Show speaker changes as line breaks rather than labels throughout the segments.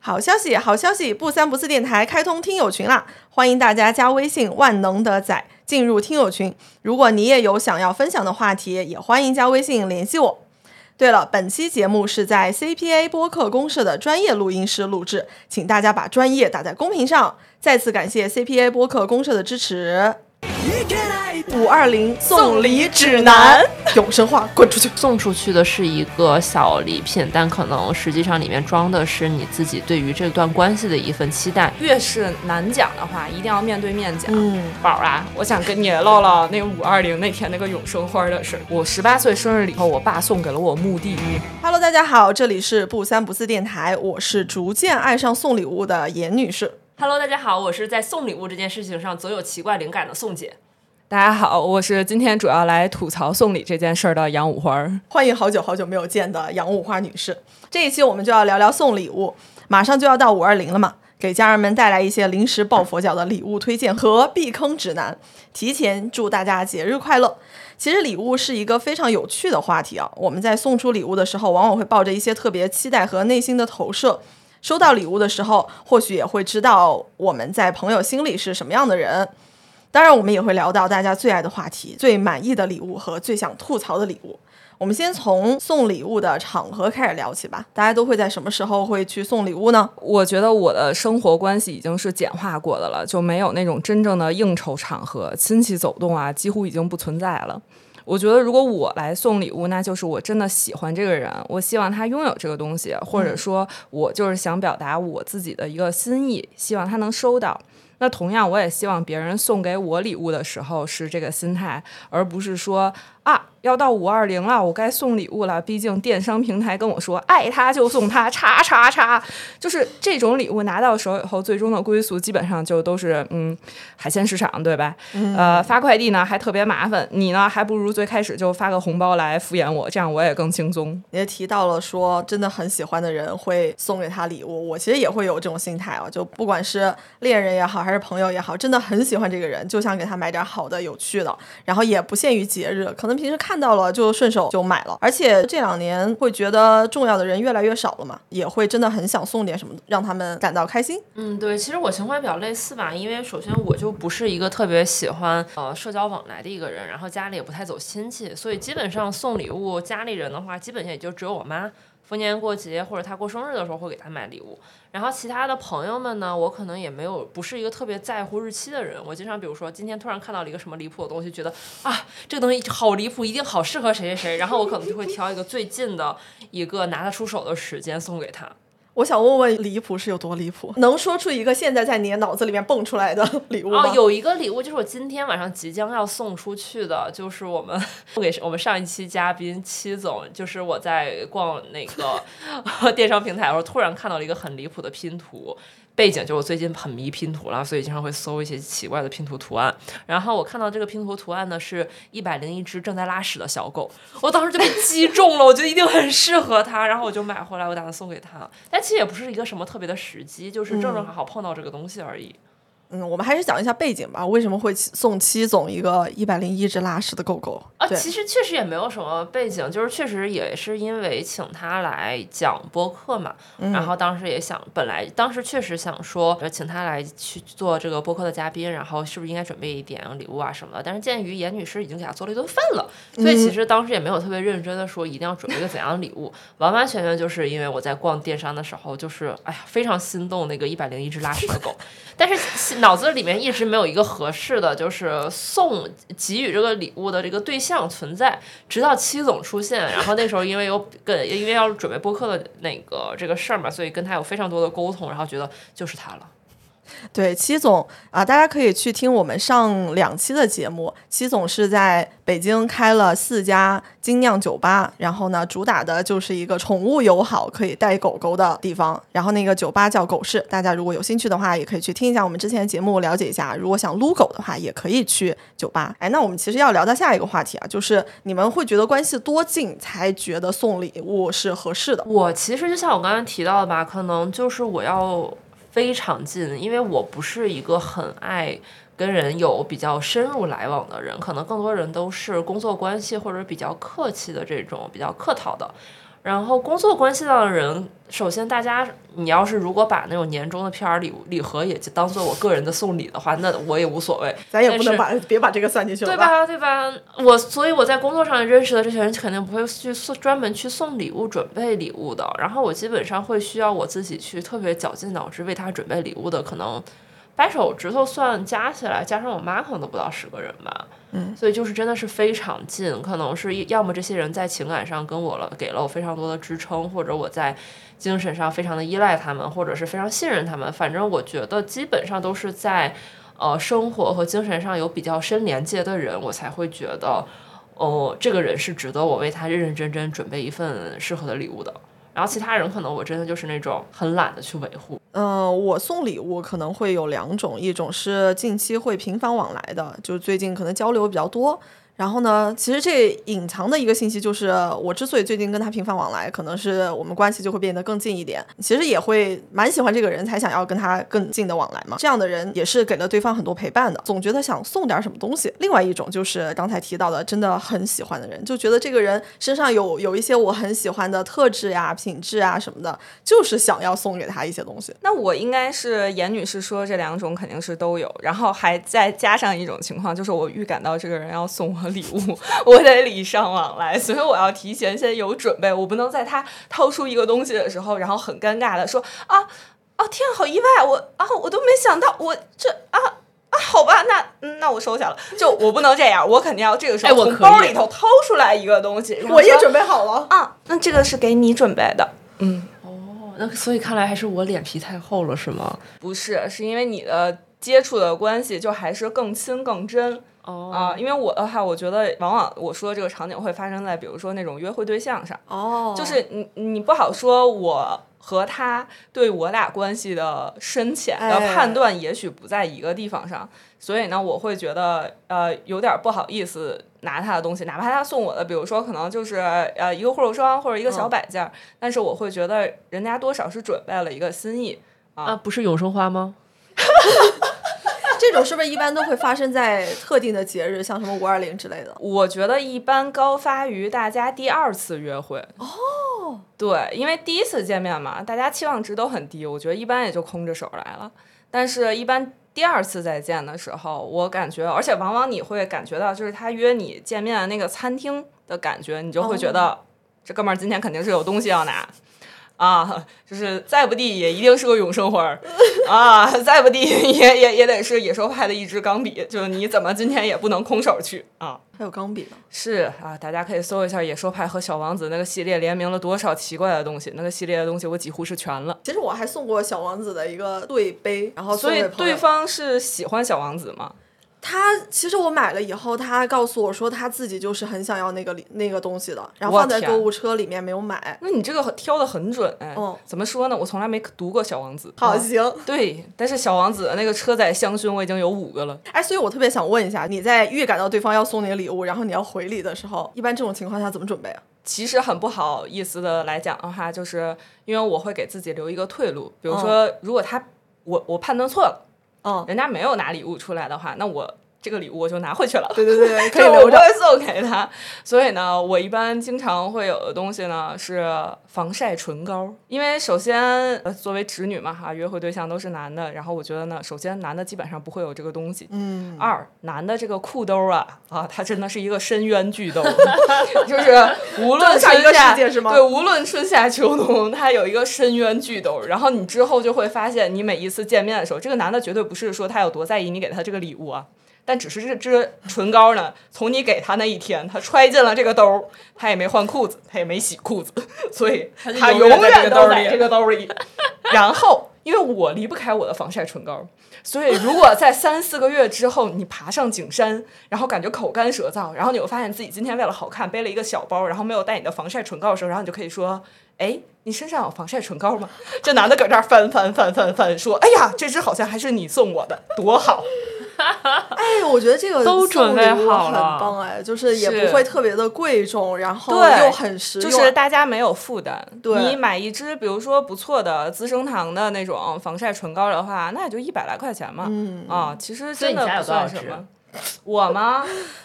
好消息，好消息！不三不四电台开通听友群啦，欢迎大家加微信“万能的仔”进入听友群。如果你也有想要分享的话题，也欢迎加微信联系我。对了，本期节目是在 CPA 播客公社的专业录音师录制，请大家把专业打在公屏上。再次感谢 CPA 播客公社的支持。五二零送礼指 南，永生话滚出去！
送出去的是一个小礼品，但可能实际上里面装的是你自己对于这段关系的一份期待。
越是难讲的话，一定要面对面讲。
嗯，
宝儿啊，我想跟你唠唠那个五二零那天那个永生花的事儿。我十八岁生日以后，我爸送给了我墓地。
Hello，大家好，这里是不三不四电台，我是逐渐爱上送礼物的严女士。
Hello，大家好，我是在送礼物这件事情上总有奇怪灵感的宋姐。
大家好，我是今天主要来吐槽送礼这件事儿的杨五花儿。
欢迎好久好久没有见的杨五花女士。这一期我们就要聊聊送礼物，马上就要到五二零了嘛，给家人们带来一些临时抱佛脚的礼物推荐和避坑指南。提前祝大家节日快乐！其实礼物是一个非常有趣的话题啊，我们在送出礼物的时候，往往会抱着一些特别期待和内心的投射。收到礼物的时候，或许也会知道我们在朋友心里是什么样的人。当然，我们也会聊到大家最爱的话题、最满意的礼物和最想吐槽的礼物。我们先从送礼物的场合开始聊起吧。大家都会在什么时候会去送礼物呢？
我觉得我的生活关系已经是简化过的了，就没有那种真正的应酬场合、亲戚走动啊，几乎已经不存在了。我觉得如果我来送礼物，那就是我真的喜欢这个人，我希望他拥有这个东西，或者说，我就是想表达我自己的一个心意，希望他能收到。那同样，我也希望别人送给我礼物的时候是这个心态，而不是说啊，要到五二零了，我该送礼物了。毕竟电商平台跟我说，爱他就送他，叉叉叉，就是这种礼物拿到手以后，最终的归宿基本上就都是嗯，海鲜市场，对吧？呃，发快递呢还特别麻烦，你呢还不如最开始就发个红包来敷衍我，这样我也更轻松。
也提到了说，真的很喜欢的人会送给他礼物。我其实也会有这种心态啊，就不管是恋人也好，还是朋友也好，真的很喜欢这个人，就想给他买点好的、有趣的，然后也不限于节日，可能平时看到了就顺手就买了。而且这两年会觉得重要的人越来越少了嘛，也会真的很想送点什么，让他们感到开心。
嗯，对，其实我情况比较类似吧，因为首先我就不是一个特别喜欢呃社交往来的一个人，然后家里也不太走亲戚，所以基本上送礼物家里人的话，基本上也就只有我妈逢年过节或者她过生日的时候会给她买礼物，然后其他的朋友们呢，我可能也没有不是一个特别在乎日期的人，我经常比如说今天突然看到了一个什么离谱的东西，觉得啊这个东西好离谱，一定好适合谁谁谁，然后我可能就会挑一个最近的一个拿得出手的时间送给他。
我想问问，离谱是有多离谱？能说出一个现在在你脑子里面蹦出来的礼物吗？
哦，有一个礼物就是我今天晚上即将要送出去的，就是我们送给我们上一期嘉宾戚总，就是我在逛那个 电商平台的时候，突然看到了一个很离谱的拼图。背景就是我最近很迷拼图了，所以经常会搜一些奇怪的拼图图案。然后我看到这个拼图图案呢，是一百零一只正在拉屎的小狗，我当时就被击中了，我觉得一定很适合它，然后我就买回来，我打算送给他。但其实也不是一个什么特别的时机，就是
嗯
正正好好碰到这个东西而已。
嗯，我们还是讲一下背景吧，为什么会送戚总一个一百零一只拉屎的狗狗？
啊，
对
其实确实也没有什么背景，就是确实也是因为请他来讲播客嘛，然后当时也想，本来当时确实想说呃请他来去做这个播客的嘉宾，然后是不是应该准备一点礼物啊什么的？但是鉴于严女士已经给他做了一顿饭了，所以其实当时也没有特别认真的说一定要准备一个怎样的礼物，完完全全就是因为我在逛电商的时候，就是哎呀非常心动那个一百零一只拉屎的狗， 但是脑子里面一直没有一个合适的，就是送给予这个礼物的这个对象存在，直到戚总出现，然后那时候因为有跟因为要准备播客的那个这个事儿嘛，所以跟他有非常多的沟通，然后觉得就是他了。
对，戚总啊，大家可以去听我们上两期的节目。戚总是在北京开了四家精酿酒吧，然后呢，主打的就是一个宠物友好、可以带狗狗的地方。然后那个酒吧叫狗市，大家如果有兴趣的话，也可以去听一下我们之前的节目，了解一下。如果想撸狗的话，也可以去酒吧。哎，那我们其实要聊到下一个话题啊，就是你们会觉得关系多近才觉得送礼物是合适的？
我其实就像我刚刚提到的吧，可能就是我要非常近，因为我不是一个很爱跟人有比较深入来往的人，可能更多人都是工作关系或者比较客气的这种比较客套的。然后工作关系到的人，首先大家，你要是如果把那种年终的 PR 礼物礼盒也当做我个人的送礼的话，那我也无所谓。
咱也不
但
能
是
把别把这个算进去了
对？吧？对吧？我所以我在工作上认识的这些人，肯定不会去送专门去送礼物、准备礼物的。然后我基本上会需要我自己去特别绞尽脑汁为他准备礼物的，可能掰手指头算加起来，加上我妈可能都不到十个人吧。嗯，所以就是真的是非常近，可能是一要么这些人在情感上跟我了给了我非常多的支撑，或者我在精神上非常的依赖他们，或者是非常信任他们。反正我觉得基本上都是在呃生活和精神上有比较深连接的人，我才会觉得哦、这个人是值得我为他认认真真准备一份适合的礼物的。然后其他人可能我真的就是那种很懒得去维护，
嗯，我送礼物可能会有两种，一种是近期会频繁往来的，就是最近可能交流比较多。然后呢，其实这隐藏的一个信息就是，我之所以最近跟他频繁往来，可能是我们关系就会变得更近一点。其实也会蛮喜欢这个人，才想要跟他更近的往来嘛。这样的人也是给了对方很多陪伴的，总觉得想送点什么东西。另外一种就是刚才提到的，真的很喜欢的人，就觉得这个人身上有有一些我很喜欢的特质呀、品质啊什么的，就是想要送给他一些东西。
那我应该是严女士说这两种肯定是都有，然后还再加上一种情况，就是我预感到这个人要送我礼物， 我得礼尚往来，所以我要提前先有准备，我不能在他掏出一个东西的时候，然后很尴尬的说啊啊天啊，好意外，我啊我都没想到，我这啊。啊，好吧，那嗯那我收下了。就我不能这样，我肯定要这个时
哎
候
我
从
可
包
以
里头掏出来一个东西。然后
我也
说
准备好了。
啊，那这个是给你准备的，
哦那所以看来还是我脸皮太厚了，是吗？
不是，是因为你的接触的关系就还是更亲更真。
哦
啊，因为我的话，我觉得往往我说的这个场景会发生在比如说那种约会对象上，
哦，
就是你你不好说我和他对我俩关系的深浅的
哎
判断也许不在一个地方上，所以呢，我会觉得呃有点不好意思拿他的东西，哪怕他送我的，比如说可能就是呃一个护手霜或者一个小摆件儿，但是我会觉得人家多少是准备了一个心意，
啊，不是永生花吗？
这种是不是一般都会发生在特定的节日，像什么五二零之类的？
我觉得一般高发于大家第二次约会。哦，对，因为第一次见面嘛，大家期望值都很低，我觉得一般也就空着手来了。但是，一般第二次再见的时候，我感觉，而且往往你会感觉到，就是他约你见面的那个餐厅的感觉，你就会觉得、这哥们儿今天肯定是有东西要拿。啊，就是再不地也一定是个永生花儿啊，再不地也也也得是野兽派的一支钢笔，就是你怎么今天也不能空手去啊。
还有钢笔呢？
是啊，大家可以搜一下《野兽派》和《小王子》那个系列联名了多少奇怪的东西，那个系列的东西我几乎是全了。
其实我还送过小王子的一个对杯，然后哦送
所以
给朋友
对方是喜欢小王子吗？
他其实我买了以后，他告诉我说他自己就是很想要那个礼那个东西的，然后
我
放在
天
购物车里面没有买。
那你这个很挑的很准哎。
嗯
怎么说呢？我从来没读过小王子。
好
啊
行，
对，但是小王子的那个车载香薰我已经有五个了。
哎，所以我特别想问一下，你在预感到对方要送你礼物，然后你要回礼的时候，一般这种情况下怎么准备啊？
其实很不好意思的来讲的话，就是因为我会给自己留一个退路，比如
哦
说如果他我我判断错了，
嗯，
人家没有拿礼物出来的话，那我这个礼物我就拿回去了。
对对对对，可
可
以
以
留
留
着
着送给他。所以呢，我一般经常会有的东西呢是防晒唇膏，因为首先呃作为直女嘛哈，约会对象都是男的，然后我觉得呢，首先男的基本上不会有这个东西。嗯。二，男的这个裤兜啊啊，它真的是一个深渊巨 兜，就是无论
这么大
春
一个
夏
世界是吗
对，无论春夏秋冬，它有一个深渊巨兜。然后你之后就会发现，你每一次见面的时候，这个男的绝对不是说他有多在意你给他这个礼物啊，但只是这支唇膏呢，从你给他那一天，他揣进了这个兜儿，他也没换裤子，他也没洗裤子，所以他
永远
永
在
远
这个兜儿
都
里
在这个兜儿 里。然后，因为我离不开我的防晒唇膏，所以如果在三四个月之后，你爬上景山，然后感觉口干舌燥，然后你又发现自己今天为了好看背了一个小包，然后没有带你的防晒唇膏的时候，然后你就可以说。哎，你身上有防晒唇膏吗？ 这男的搁这儿翻翻翻翻翻，说：“哎呀，这支好像还是你送我的，多好！”
哎，我觉得这个
都
送
准备
礼物
好
很
了
棒哎，就是也
是
不会特别的贵重，然后
对
又很实
就
用，
是大家没有负担。
对
你买一支比如说不错的资生堂的那种防晒唇膏的话，那也就一百来块钱嘛。嗯啊，其实
所以
真
你
的
家有
不算
多少
什
支
么。我吗？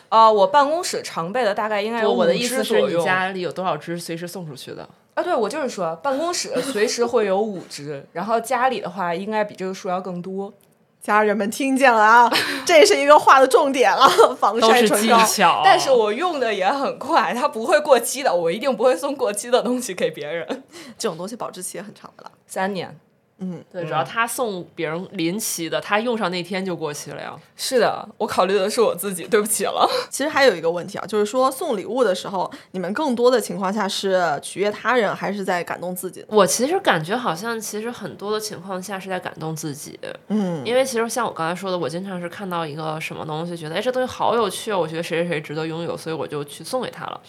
啊，我办公室常备的大概应该有
我的
五
意
支
思是
左
你
右
家里有多少只随时送出去的？
啊，对我就是说，办公室随时会有五只，然后家里的话应该比这个数要更多。
哦
家人们听见了 啊，这是一个画的重点啊，防
都
晒
是
唇
技
膏。
巧。
但是我用的也很快，它不会过期的，我一定不会送过期的东西给别人。
这种东西保质期也很长的了。
三年，
对，主要他送别人临期的，他用上那天就过期了呀。
是的，我考虑的是我自己，对不起了。
其实还有一个问题啊，就是说送礼物的时候，你们更多的情况下是取悦他人，还是在感动自己呢？
我其实感觉好像，其实很多的情况下是在感动自己，
嗯，
因为其实像我刚才说的，我经常是看到一个什么东西，觉得哎这东西好有趣哦，我觉得谁谁谁值得拥有，所以我就去送给他了。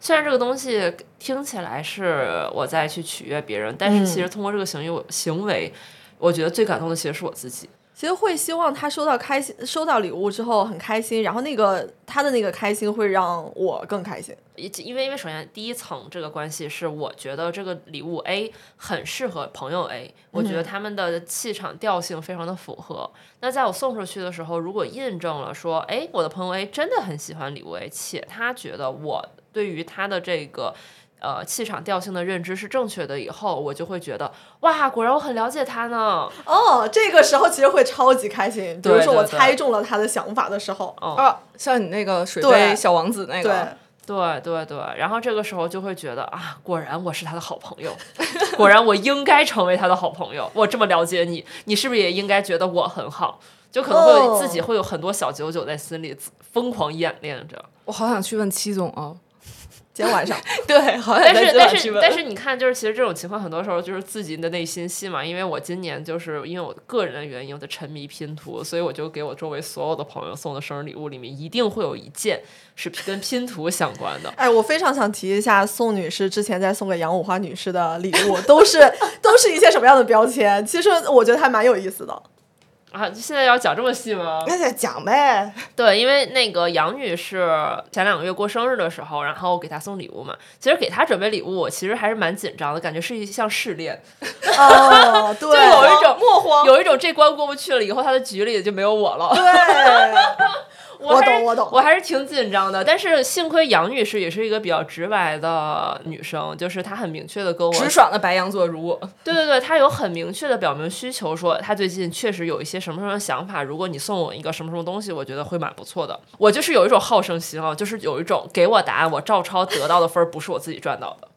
虽然这个东西听起来是我在去取悦别人，但是其实通过这个行为行为，我觉得最感动的其实是我自己。
其实会希望他收到开心，收到礼物之后很开心，然后那个他的那个开心会让我更开心。
因因为因为首先第一层这个关系是，我觉得这个礼物 A 很适合朋友 A，我觉得他们的气场调性非常的符合。那在我送出去的时候，如果印证了说，哎，我的朋友 A 真的很喜欢礼物 A，且他觉得我对于他的这个。呃，气场调性的认知是正确的，以后我就会觉得哇，果然我很了解他呢。
哦，这个时候其实会超级开心。比
对
如说我
对对
猜中了他的想法的时候，
哦
啊，像你那个水
对
杯小王子那
对
个，，
对对对，然后这个时候就会觉得啊，果然我是他的好朋友， 果然我应该成为他的好朋友。我这么了解你，你是不是也应该觉得我很好？就可能会有
哦
自己会有很多小九九在心里自疯狂演练着。
我好想去问戚总哦。
今天晚 上
对，好想
但
在
是
今
但
晚去
是
问
但是你看，就是其实这种情况很多时候就是自己的内心戏嘛。因为我今年就是因为我个人的原因，我在沉迷拼图，所以我就给我周围所有的朋友送的生日礼物里面，一定会有一件是跟拼图相关的。
哎，我非常想提一下宋女士之前在送给杨五花女士的礼物，都是 都是一些什么样的标签？其实我觉得还蛮有意思 的。
啊，现在要讲这么细吗？
那再讲呗。
对，因为那个杨女士前两个月过生日的时候，然后给她送礼物嘛。其实给她准备礼物，我其实还是蛮紧张的，感觉是一项试炼，
哦，对，
就有一种
莫慌，
有一种这关过不去了，以后她的局里就没有我了。
对，我
还是
懂我懂
我还是挺紧张的。但是幸亏杨女士也是一个比较直白的女生，就是她很明确的跟我
直爽的白羊座如我，
对对对，他有很明确的表明需求，说他最近确实有一些什么什么想法。如果你送我一个什么什么东西，我觉得会蛮不错的。我就是有一种好胜心啊，就是有一种给我答案，我照抄得到的分儿不是我自己赚到的。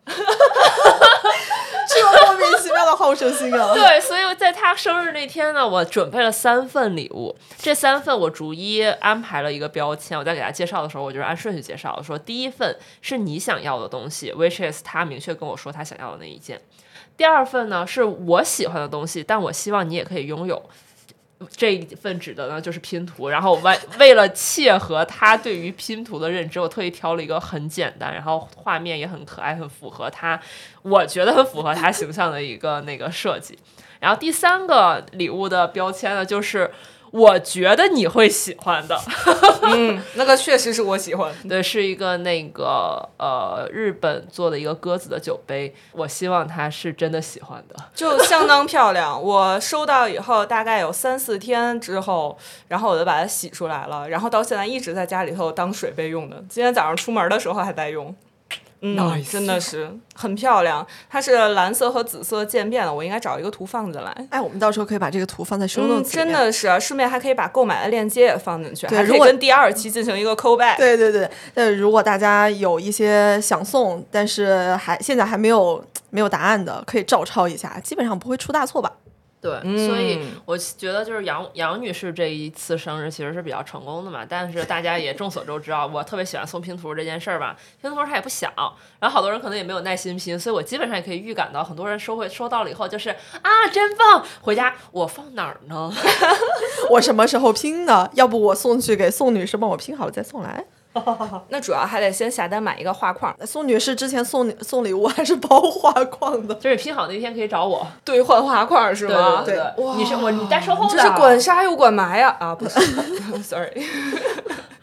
这种莫名其妙的好胜心啊！
对，所以在他生日那天呢，我准备了三份礼物，这三份我逐一安排了一个标签。我在给他介绍的时候，我就是按顺序介绍的，说第一份是你想要的东西，which is 他明确跟我说他想要的那一件。第二份呢是我喜欢的东西，但我希望你也可以拥有。这一份指的呢就是拼图，然后我为为了切合他对于拼图的认知，我特意挑了一个很简单，然后画面也很可爱，很符合他，我觉得很符合他形象的一个那个设计。然后第三个礼物的标签呢，就是我觉得你会喜欢的，
嗯，那个确实是我喜欢。
对，是一个那个呃日本做的一个鸽子的酒杯，我希望他是真的喜欢的。
就相当漂亮。我收到以后，大概有三四天之后，然后我就把它洗出来了，然后到现在一直在家里头当水杯用的。今天早上出门的时候还在用。嗯
Nice
真的是很漂亮。它是蓝色和紫色渐变的，我应该找一个图放进来。
哎，我们到时候可以把这个图放在 show notes
嗯，
里面
真。的是，顺便还可以把购买的链接也放进去，
对
还可
如
以
果
跟第二期进行一个 callback。
对对对，那如果大家有一些想送，但是还现在还没有没有答案的，可以照抄一下，基本上不会出大错吧？
对，所以我觉得就是杨杨女士这一次生日其实是比较成功的嘛，但是大家也众所周知啊，我特别喜欢送拼图这件事儿吧，拼图它也不小，然后好多人可能也没有耐心拼，所以我基本上也可以预感到很多人收回收到了以后就是啊真棒，回家我放哪儿呢？
我什么时候拼呢？要不我送去给宋女士帮我拼好了再送来。
那主要还得先下单买一个画框，
宋女士之前送送礼物还是包画框的，
就是拼好那天可以找我。
兑换画框是吗？
对对，你是我你带售后的，
啊这是管杀又管埋呀！啊，不是，sorry。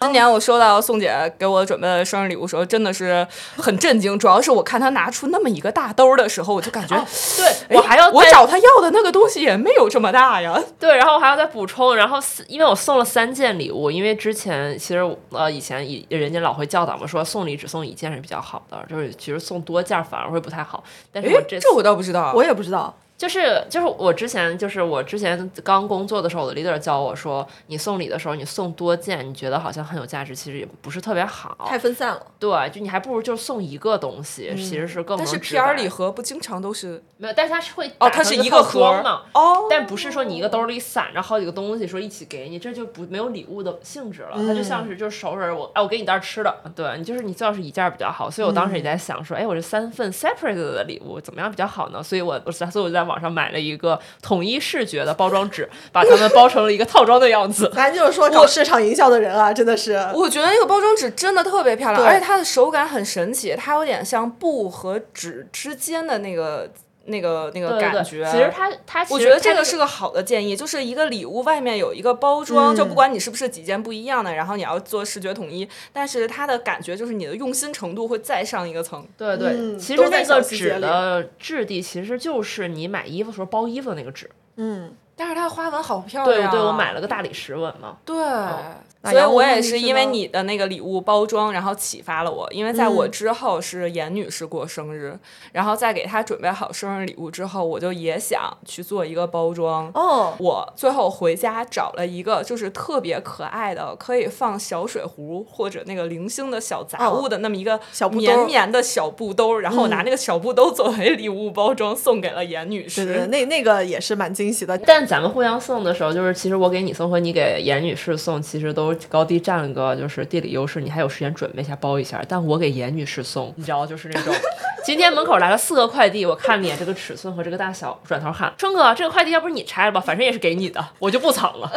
今年我收到宋姐给我准备的生日礼物时候，真的是很震惊。主要是我看她拿出那么一个大兜儿的时候，我就感觉，哎
对哦我还要
我
再
找她要的那个东西也没有这么大呀。
对，然后我还要再补充，然后四因为我送了三件礼物，因为之前其实我呃以前以人家老会教导我说送礼只送一件是比较好的，就是其实送多件反而会不太好。但是
哎
我，这
这
次
我倒不知道。
我也不知道，
就是就是我之前就是我之前刚工作的时候，我的 leader 教我说，你送礼的时候你送多件，你觉得好像很有价值，其实也不是特别好
哦太。分散了。。
对，就你还不如就送一个东西，其实是更
但是
能直
PR
白
礼盒不经常都是
没有，但是它是会
哦，
打
它
成
是
一
个
套
盒
装
儿
嘛。
哦，
但不是说你一个兜里散着好几个东西，说一起给你，这就不没有礼物的性质
嗯
了。它就像是就是熟人，我哎，我给你袋吃的，对你就是你最好是一件比较好。
嗯
所以我当时也在想说，哎，我这三份 separate 的礼物怎么样比较好呢？所以我我在所以我就在网上买了一个统一视觉的包装 纸，把它们包成了一个套装的样子
咱就是说搞市场营销的人啊，真的是
我觉得那个包装纸真的特别漂亮，
对
而且它的手感很神奇，它有点像布和纸之间的那个那个那
对
个
对
感
对，
觉。
其实它它其
我
实
觉得这
它
个是个好的建议，就是一个礼物外面有一个包装，就
嗯
不管你是不是几件不一样的，然后你要做视觉统一，但是它的感觉就是你的用心程度会再上一个层。
对对，
嗯
其
都
实
在
那
小
个
细节
纸
里
的质地其实就是你买衣服的时候包衣服的那个纸。
嗯，
但是它的花纹好漂
对啊
亮、
对，我买了。个大理石纹嘛。
对，
哦那
所以
杨
我
红
也
你
是
知
因为
道
你的那个礼物包装，然后启发了我。因为在我
嗯
之后是严女士过生日，然后在给她准备好生日礼物之后，我就也想去做一个包装。
哦，
我最后回家找了一个就是特别可爱的，可以放小水壶或者那个零星的小杂物的那么一个
哦小布兜嗯
绵绵的小布兜，然后我拿那个小布兜作为礼物包装送给了严女
对
士。
对对，那那个也是蛮惊喜的。
但咱们互相送的时候，就是其实我给你送和你给严女士送，其实都高低占了个就是地理优势，你还有时间准备一下包一下。但我给严女士送，你知道就是那 种，今天门口来了四个快递，我看了一眼这个尺寸和这个大小，转头喊春哥，这个快递要不是你拆了吧，反正也是给你的，我就不藏了。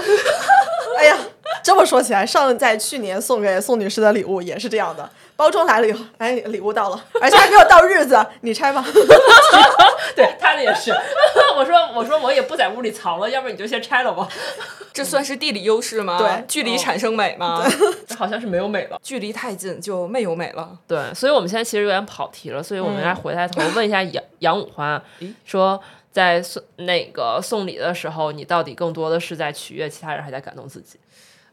哎呀，这么说起来，上在去年送给宋女士的礼物也是这样的，包装来了以后，哎，礼物到了， 而且还没有到日子，你拆吧。
对他的也是， 我说我说我也不在屋里藏了，要不然你就先拆了吧。
这算是地理优势吗？
对哦
距离产生美吗？
这好像是没有美了。
距离太近就没有美了。
对，所以我们现在其实有点跑题了，所以我们来回来头问一下杨杨五花，说在送那个送礼的时候，你到底更多的是在取悦其他人，还是在感动自己？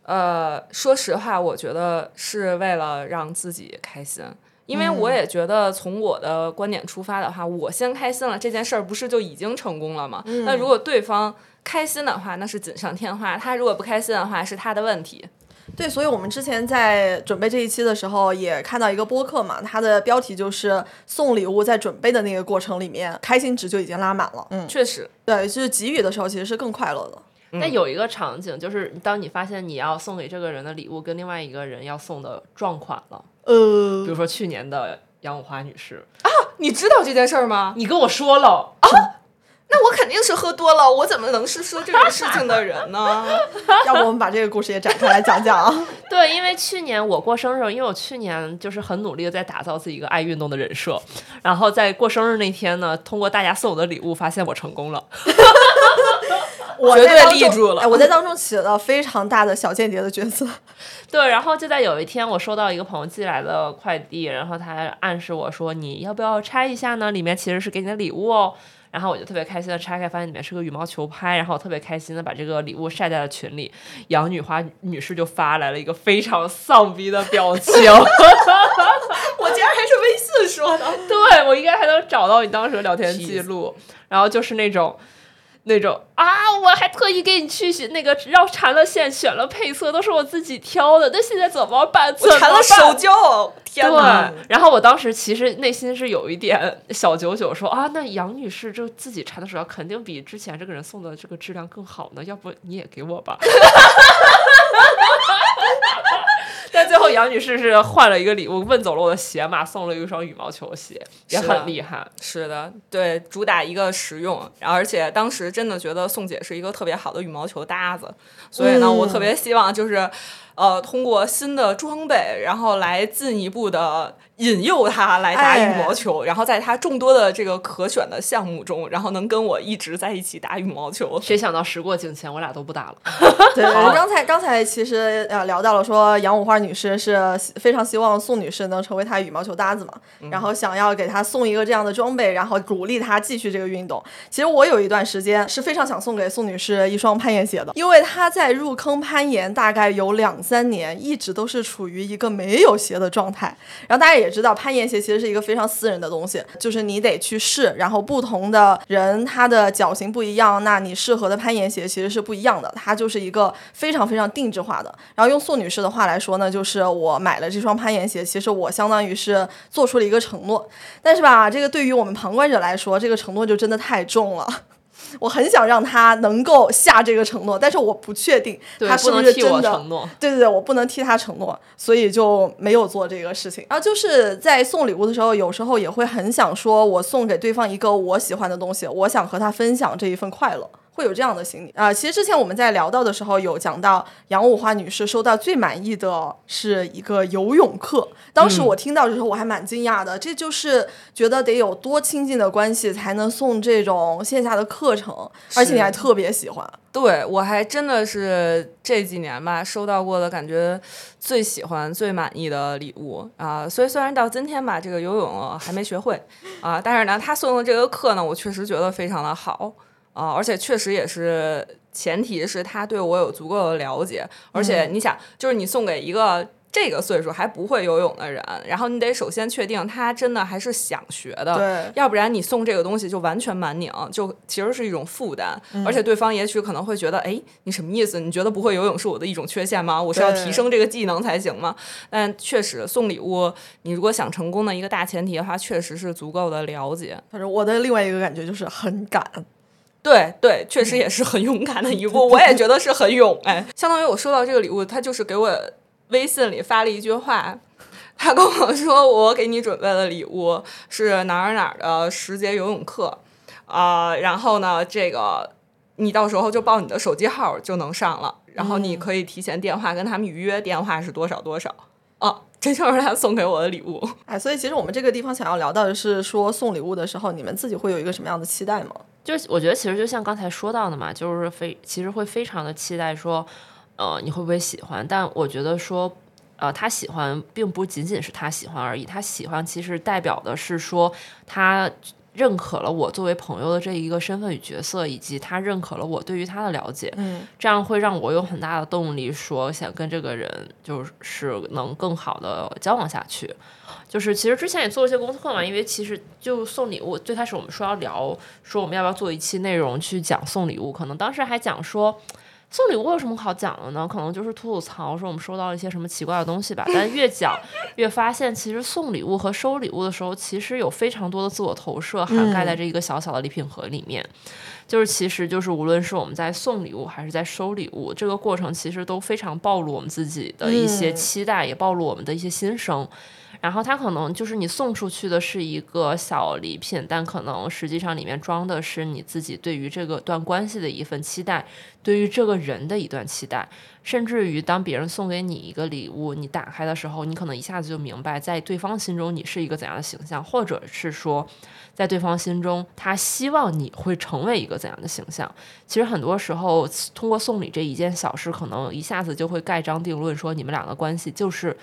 呃，说实话，我觉得是为了让自己开心，因
嗯
为我也觉得从我的观点出发的话，我先开心了，这件事儿不是就已经成功了吗？那
嗯
如果对方开心的话，那是锦上添花；他如果不开心的话，是他的问题。
对，所以我们之前在准备这一期的时候，也看到一个播客嘛，它的标题就是送礼物在准备的那个过程里面，开心值就已经拉满了。嗯，
确实，
对，就是给予的时候其实是更快乐的。
但有一个场景，就是当你发现你要送给这个人的礼物跟另外一个人要送的撞款了，比
呃，
如说去年的杨五花女士，
你知道这件事儿吗？
你跟我说了，
那我肯定是喝多了，我怎么能是说这种事情的人呢？
要不我们把这个故事也展开来讲讲啊？
对，因为去年我过生日，因为我去年就是很努力的在打造自己一个爱运动的人设，然后在过生日那天呢，通过大家送我的礼物，发现我成功了。
我
绝
在
对
当
立
中
住了
哎，我在当中起了非常大的小间谍的角色。
对，然后就在有一天，我收到一个朋友寄来的快递，然后他暗示我说：“你要不要拆一下呢？里面其实是给你的礼物哦。”然后我就特别开心的拆开，发现里面是个羽毛球拍，然后我特别开心的把这个礼物晒在了群里。杨女花女士就发来了一个非常丧逼的表情，
我竟然还是微信说的。
对我应该还能找到你当时的聊天记录，然后就是那种。那种啊，我还特意给你去选那个绕缠了线，选了配色，都是我自己挑的。那现在怎么办？怎
我
么
缠了
办
手脚，天哪！
对，然后我当时其实内心是有一点小九九说啊，那杨女士就自己缠的手要肯定比之前这个人送的这个质量更好呢，要不你也给我吧。 但最后杨女士是换了一个礼物，问走了我的鞋码，送了一双羽毛球鞋，也
是啊
很厉害。
是的，对，主打一个实用，然后而且当时真的觉得宋姐是一个特别好的羽毛球搭子，所以呢，
嗯
我特别希望就是，呃，通过新的装备，然后来进一步的引诱他来打
哎
羽毛球，然后在他众多的这个可选的项目中，然后能跟我一直在一起打羽毛球。
谁想到时过境迁，我俩都不打了。
对，我刚才刚才其实呃聊到了说杨五花女士是希非常希望宋女士能成为她羽毛球搭子嘛，然后想要给她送一个这样的装备，然后鼓励她继续这个运动。其实我有一段时间是非常想送给宋女士一双攀岩鞋的，因为她在入坑攀岩大概有两三年，一直都是处于一个没有鞋的状态。然后大家也知道，攀岩鞋其实是一个非常私人的东西，就是你得去试，然后不同的人他的脚型不一样，那你适合的攀岩鞋其实是不一样的，它就是一个非常非常定制化的。然后用宋女士的话来说呢，就是我买了这双攀岩鞋，其实我相当于是做出了一个承诺，但是吧，这个对于我们旁观者来说，这个承诺就真的太重了。我很想让他能够下这个承诺，但是我不确定
对
他是
不能
是
替
真
我
的
承诺
对对对，我不能替他承诺，所以就没有做这个事情。然后就是在送礼物的时候，有时候也会很想说，我送给对方一个我喜欢的东西，我想和他分享这一份快乐。会有这样的心理啊、其实之前我们在聊到的时候有讲到，杨五花女士收到最满意的是一个游泳课。当时我听到的时候我还蛮惊讶的，这就是觉得得有多亲近的关系才能送这种线下的课程，而且你还特别喜欢。
对我还真的是这几年吧，收到过的感觉最喜欢、最满意的礼物啊、所以虽然到今天吧，这个游泳还没学会啊、但是呢，他送的这个课呢，我确实觉得非常的好啊、而且确实也是前提是他对我有足够的了解，而且你想，就是你送给一个。这个岁数还不会游泳的人，然后你得首先确定他真的还是想学的，
对
要不然你送这个东西就完全蛮拧，就其实是一种负担，而且对方也许可能会觉得，哎，你什么意思？你觉得不会游泳是我的一种缺陷吗？我是要
对
提升这个技能才行吗？但确实送礼物，你如果想成功的一个大前提的话，确实是足够的了解。
反正我的另外一个感觉就是很敢，
对对，确实也是很勇敢的一 步，我也觉得是很勇。哎，相当于我收到这个礼物，他就是给我微信里发了一句话。 他跟我说，我给你准备的礼物是哪儿哪儿的十节游泳课，啊、然后呢，这个你到时候就报你的手机号就能上了，然后你可以提前电话跟他们预约，电话是多少多少。哦，这就是他送给我的礼物。
哎，所以其实我们这个地方想要聊到的是说送礼物的时候，你们自己会有一个什么样的期待吗？
就是我觉得其实就像刚才说到的嘛，就是非其实会非常的期待说，呃，你会不会喜欢？但我觉得说，呃，他喜欢并不仅仅是他喜欢而已，他喜欢其实代表的是说他。认可了我作为朋友的这一个身份与角色，以及他认可了我对于他的了解，
嗯，
这样会让我有很大的动力，说想跟这个人就是能更好的交往下去。就是其实之前也做一些功课嘛，因为其实就送礼物，最开始我们说要聊，说我们要不要做一期内容去讲送礼物，可能当时还讲说。送礼物有什么好讲的呢？可能就是吐吐槽，说我们收到了一些什么奇怪的东西吧。但越讲越发现，其实送礼物和收礼物的时候，其实有非常多的自我投射涵盖在这一个小小的礼品盒里面。就是其实就是无论是我们在送礼物还是在收礼物，这个过程其实都非常暴露我们自己的一些
嗯
期待，也暴露我们的一些心声。然后它可能就是你送出去的是一个小礼品，但可能实际上里面装的是你自己对于这个段关系的一份期待，对于这个人的一段期待，甚至于当别人送给你一个礼物，你打开的时候，你可能一下子就明白，在对方心中你是一个怎样的形象，或者是说，在对方心中他希望你会成为一个怎样的形象。其实很多时候，通过送礼这一件小事，可能一下子就会盖章定论，说你们俩的关系就是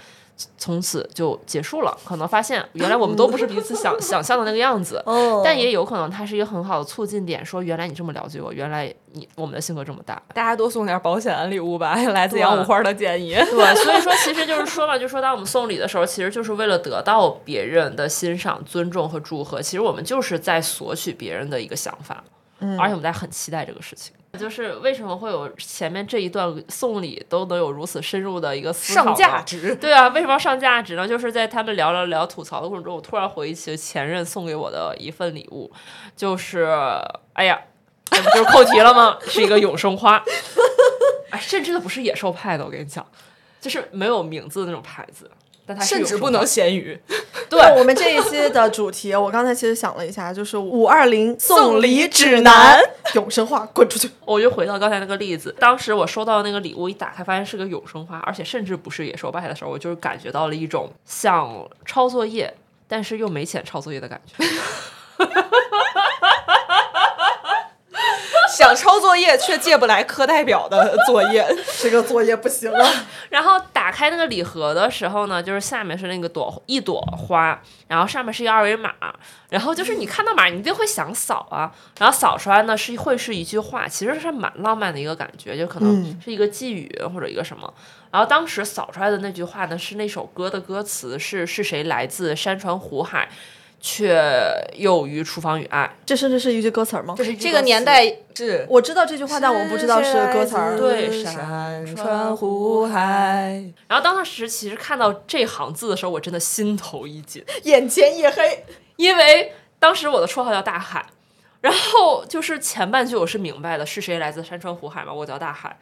从此就结束了。可能发现原来我们都不是彼此想想象的那个样子，
哦
但也有可能它是一个很好的促进点，说原来你这么了解我，原来你我们的性格这么搭。
大家多送点保险的礼物吧，来自
对
杨五花的建议。
对，所以说其实就是说嘛，就说当我们送礼的时候，其实就是为了得到别人的欣赏、尊重和祝贺。其实我们就是在索取别人的一个想法，而且我们在很期待这个事情。就是为什么会有前面这一段送礼都能有如此深入的一个思考呢
上价值，
对啊，为什么要上价值呢？就是在他们聊聊聊吐槽的过程中，我突然回忆起前任送给我的一份礼物，就是哎呀，这不就是扣题了吗？ 是一个永生花， 哎，甚至都不是野兽派的，我跟你讲，就是没有名字的那种牌子。但它是
甚
有
至
说
不能
话
咸鱼。
对
那我们这一期的主题，我刚才其实想了一下，就是五二零 送礼指
指
南
南，
永生话滚出去。
我又回到刚才那个例子，当时我收到那个礼物，一打开发现是个永生花，而且甚至不是野兽派的时候，我就是感觉到了一种像抄作业，但是又没钱抄作业的感觉。
想抄作业却借不来课代表的作业，
这个作业不行了，
然后打开那个礼盒的时候呢，就是下面是那个朵一朵花，然后上面是一个二维码，然后就是你看到码，你一定会想扫啊，然后扫出来呢是会是一句话，其实是蛮浪漫的一个感觉，就可能是一个寄语或者一个什么。然后当时扫出来的那句话呢是那首歌的歌词是是谁来自山川湖海，却囿于厨房与爱，
这甚至是一句歌词儿吗？
这是一句
这个
歌词
年代是
我知道这句话，但我不知道是歌词儿。
对
山川湖海。
然后当时其实看到这行字的时候，我真的心头一紧，
眼前一黑，
因为当时我的绰号叫大海，然后就是前半句我是明白的，是谁来自山川湖海嘛，我叫大海，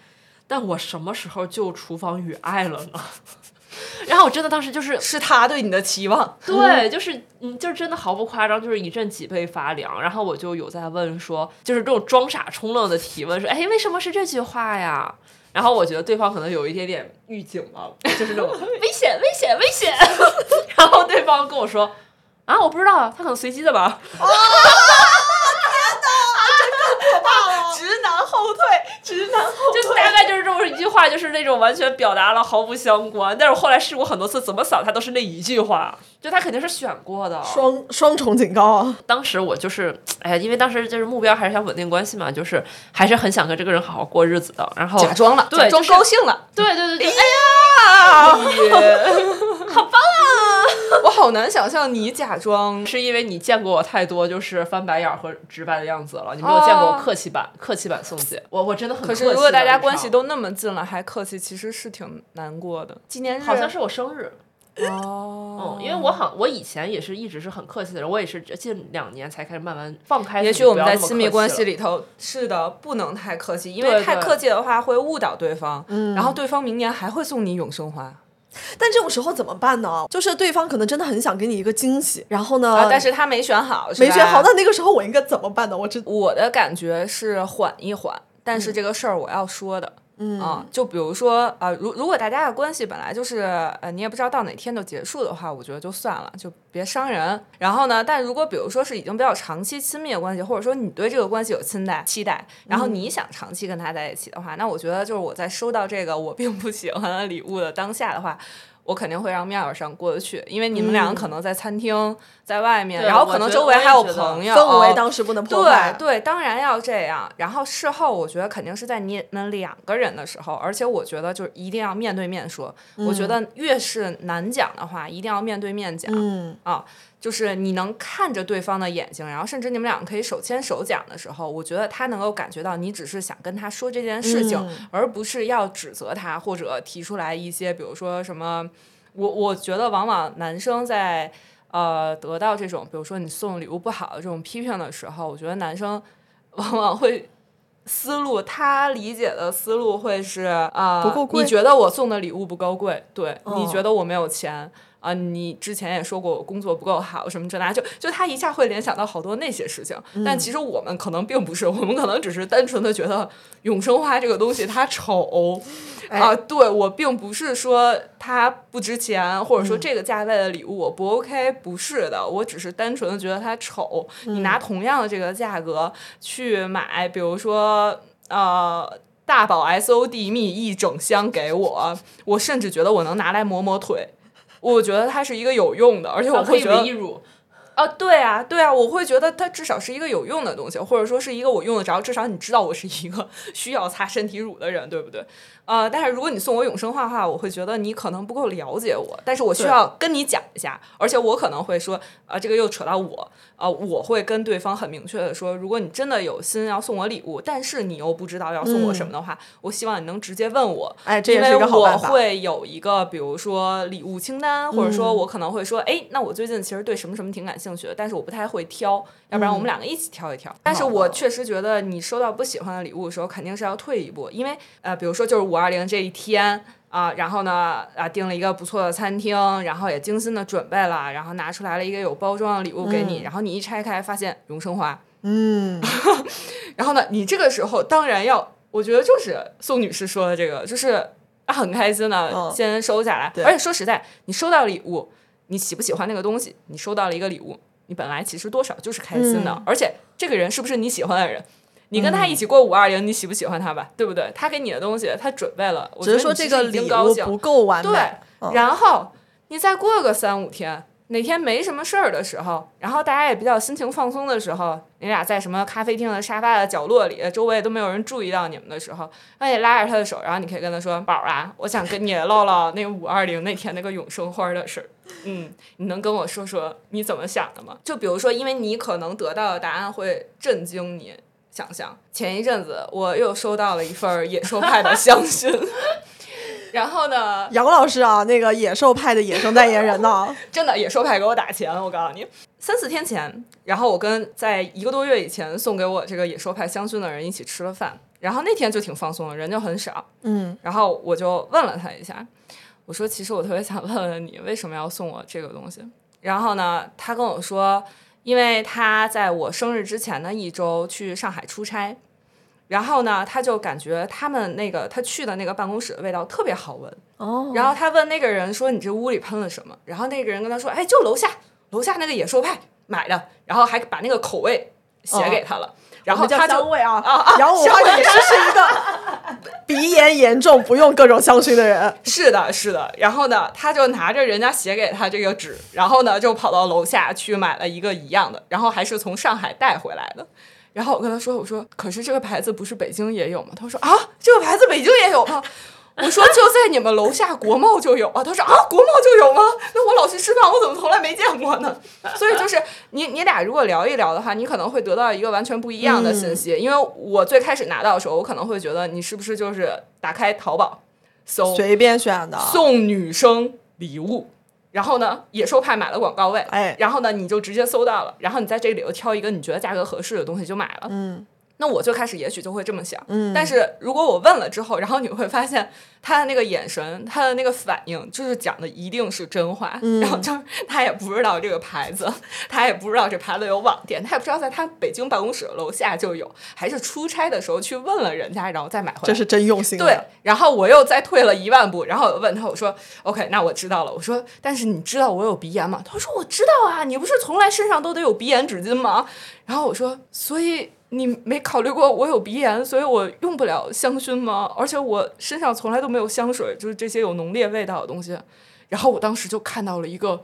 但我什么时候就厨房与爱了呢？ 然后我真的当时就是
是他对你的期望，
对，就是嗯，就是真的毫不夸张，就是一阵脊背发凉。然后我就有在问说，就是这种装傻充愣的提问，说，哎，为什么是这句话呀？然后我觉得对方可能有一点点预警吧，就是 这种危险、危险、危险。然后对方跟我说，啊，我不知道啊，他可能随机的吧。
直男后退，直男后
就大概就是这么一句话，就是那种完全表达了毫不相关。但是我后来试过很多次，怎么扫它都是那一句话，就他肯定是选过的。
双双重警告啊！
当时我就是，哎呀，因为当时就是目标还是想稳定关系嘛，就是还是很想跟这个人好好过日子的。然后
假装了，
对
假装
就是
高兴了。
对对对对，哎
我好难想象你假装
是因为你见过我太多就是翻白眼儿和直白的样子了，你没有见过我客气版、客气版宋姐，我我真的很
嗯可是，
客
如果
气的
大家
日常
关系都那么近了，还客气，其实是挺难过的。纪念日
好像是我生日，嗯，
哦
因为我好，我以前也是一直是很客气的人，我也是近两年才开始慢慢放开自己。
也许我们
不要
在
那么
亲密
客气
关系
了
里头，是的，不能太客气，因
对
为太
对
客气的话会误导对方，
嗯
然后对方明年还会送你永生花
但这种时候怎么办呢？就是对方可能真的很想给你一个惊喜，然后呢，
啊，但是他没选好，
没选好，
的。
那那个时候我应该怎么办呢？我真
我的感觉是缓一缓，但是这个事儿我要说的。嗯啊，就比如说，呃，如如果大家的关系本来就是，呃，你也不知道到哪天就结束的话，我觉得就算了，就别伤人。然后呢，但如果比如说是已经比较长期亲密的关系，或者说你对这个关系有期待期待，然后你想长期跟他在一起的话，那我觉得就是我在收到这个我并不喜欢的礼物的当下的话，我肯定会让面儿上过得去，因为你们两个可能在餐厅，在外面，
对
然后
我
可能
觉得
周围
我也
还有
觉得
朋友，
氛围当时不能破坏。啊
对对，当然要这样。然后事后，我觉得肯定是在你们两个人的时候，而且我觉得就是一定要面对面说。我觉得越是难讲的话，一定要面对面讲。
嗯，
啊，就是你能看着对方的眼睛，然后甚至你们两个可以手牵手讲的时候，我觉得他能够感觉到你只是想跟他说这件事情，
嗯
而不是要指责他或者提出来一些，比如说什么，我我觉得往往男生在呃得到这种，比如说你送礼物不好的这种批评的时候，我觉得男生往往会。思路，他理解的思路会是啊，
不够贵
你觉得我送的礼物不够贵，对，
哦
你觉得我没有钱，啊，你之前也说过我工作不够好，什么这那，就就他一下会联想到好多那些事情。但其实我们可能并不是，我们可能只是单纯的觉得永生花这个东西它丑啊，对我并不是说它不值钱，或者说这个价位的礼物我不 OK，不是的，我只是单纯的觉得它丑。你拿同样的这个价格去买，比如说呃。大宝 S O D 蜜一整箱给我，我甚至觉得我能拿来磨磨腿，我觉得它是一个有用的，而且我
啊可
会
以
觉得
为一辱，
啊，对啊，对啊，我会觉得它至少是一个有用的东西，或者说是一个我用得着，至少你知道我是一个 需要擦身体乳的人，对不对？呃，但是如果你送我永生画画，我会觉得你可能不够了解我，但是我需
对
要跟你讲一下，而且我可能会说，啊、这个又扯到我，啊、我会跟对方很明确的说，如果你真的有心要送我礼物，但是你又不知道要送我什么的话，我希望你能直接问我，
嗯哎，这也
因
是
为
一个好
我
办法。
会有一个，比如说礼物清单，或者说我可能会说，哎，那我最近其实对什么什么挺感兴趣的，但是我不太会挑，要不然我们两个一起挑一挑。但是我确实觉得你收到不喜欢的礼物的时候，肯定是要退一步，因为呃，比如说就是五二零这一天。啊，然后呢，啊，订了一个不错的餐厅，然后也精心的准备了，然后拿出来了一个有包装的礼物给你，然后你一拆开发现荣升华，
嗯，
然后呢，你这个时候当然要，我觉得就是宋女士说的这个，就是啊很开心的、
嗯
先收下来。
对
而且说实在，你收到礼物，你喜不喜欢那个东西？你收到了一个礼物，你本来其实多少就是开心的，
嗯
而且这个人是不是你喜欢的人？你跟他一起过五二零，你喜不喜欢他吧？对不对？他给你的东西，他准备了，我
只
觉得
是说
你
这
其
个
实已
礼
经
物
高兴
不够完
对
美，，嗯
然后你再过个三五天，哪天没什么事儿的时候，然后大家也比较心情放松的时候，你俩在什么咖啡厅的沙发的角落里，周围都没有人注意到你们的时候，那你拉着他的手，然后你可以跟他说：“宝儿啊，我想跟你唠唠那个五二零那天那个永生花的事儿。”嗯，你能跟我说说你怎么想的吗？就比如说，因为你可能得到的答案会震惊你。想象前一阵子我又收到了一份儿野兽派的 香薰，然后呢，
杨老师啊，那个野兽派的野生代言人呢？
真的野兽派给我打钱，我告诉你，三四天前，然后我跟在一个多月以前送给我这个野兽派香薰的人一起吃了饭，然后那天就挺放松的，人就很少，
嗯，
然后我就问了他一下，我说其实我特别想问问你为什么要送我这个东西，然后呢，他跟我说，因为他在我生日之前的一周去上海出差。然后呢，他就感觉他们那个他去的那个办公室的味道特别好闻，
哦，
然后他问那个人说：“你这屋里喷了什么？”然后那个人跟他说：“哎，就楼下楼下那个野兽派买的，然后还把那个口味写给他了。然后
哦我们叫
他
香
就
味啊， 杨五花女士是一个 鼻炎严重、不用各种香薰的人。
是的，是的。然后呢，他就拿着人家写给他这个纸，然后呢就跑到楼下去买了一个一样的，然后还是从上海带回来的。然后我跟他说：“我说，可是这个牌子不是北京也有吗？”他说：“啊，这个牌子北京也有吗？”我说：“就在你们楼下国贸就有啊。”他说：“啊，国贸就有吗？那我老去吃饭，我怎么从来没见过呢？” 所以就是你你俩如果聊一聊的话，你可能会得到一个完全不一样的信息。
嗯
因为我最开始拿到的时候，我可能会觉得你是不是就是打开淘宝搜
随便选的，
送女生礼物。然后呢，野兽派买了广告位，
哎
然后呢，你就直接搜到了，然后你在这里头挑一个你觉得价格合适的东西就买了。
嗯，
那我最开始也许就会这么想，嗯，但是如果我问了之后，然后你会发现他的那个眼神，他的那个反应，就是讲的一定是真话，
嗯
然后就是他也不知道这个牌子， 他也不知道这牌子有网店，他也不知道在他北京办公室楼下就有，还是出差的时候去问了人家，然后再买回来。
这是真用心的。
对，然后我又再退了一万步，然后我问他，我说：“OK，那我知道了。”我说：“但是你知道我有鼻炎吗？”他说：“我知道啊，你不是从来身上都得有鼻炎纸巾吗？”然后我说：“所以你没考虑过我有鼻炎，所以我用不了香薰吗？而且我身上从来都没有香水，就是这些有浓烈味道的东西。”然后我当时就看到了一个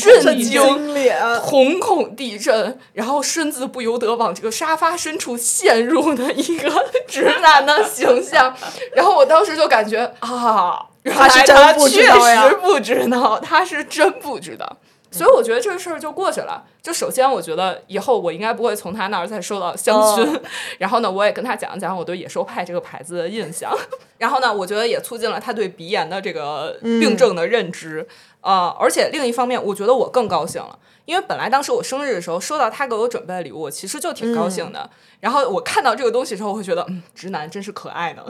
震
震
惊
惊脸，
瞳孔地震，然后身子不由得往这个沙发深处陷入的一个直男的形象。然后我当时就感觉啊，原来
他是真
他
不知
确
道呀
实不知道，他是真不知道。所以我觉得这事儿就过去了。就首先，我觉得以后我应该不会从他那儿再收到
嗯
香薰。 然后呢，我也跟他讲一讲我对野兽派这个牌子的印象。 然后呢，我觉得也促进了他对鼻炎的这个
嗯
病症的认知。呃，而且另一方面，我觉得我更高兴了，因为本来当时我生日的时候收到他给我准备的礼物，我其实就挺高
嗯
兴的。然后我看到这个东西之后，我会觉得，嗯，直男真是可爱呢。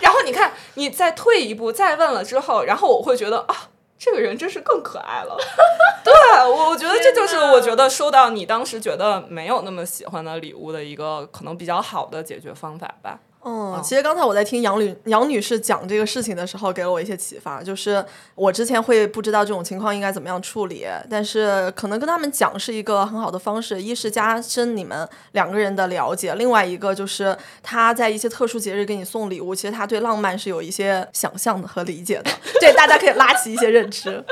然后你看，你再退一步，再问了之后，然后我会觉得啊，这个人真是更可爱了。 对我，我觉得这就是我觉得收到你当时觉得没有那么喜欢的礼物的一个可能比较好的解决方法吧。
嗯，其实刚才我在听杨女杨女士讲这个事情的时候，给了我一些启发，就是我之前会不知道这种情况应该怎么样处理，但是可能跟他们讲是一个很好的方式，一是加深你们两个人的了解，另外一个就是他在一些特殊节日给你送礼物，其实他对浪漫是有一些想象的和理解的， 对大家可以拉起一些认知。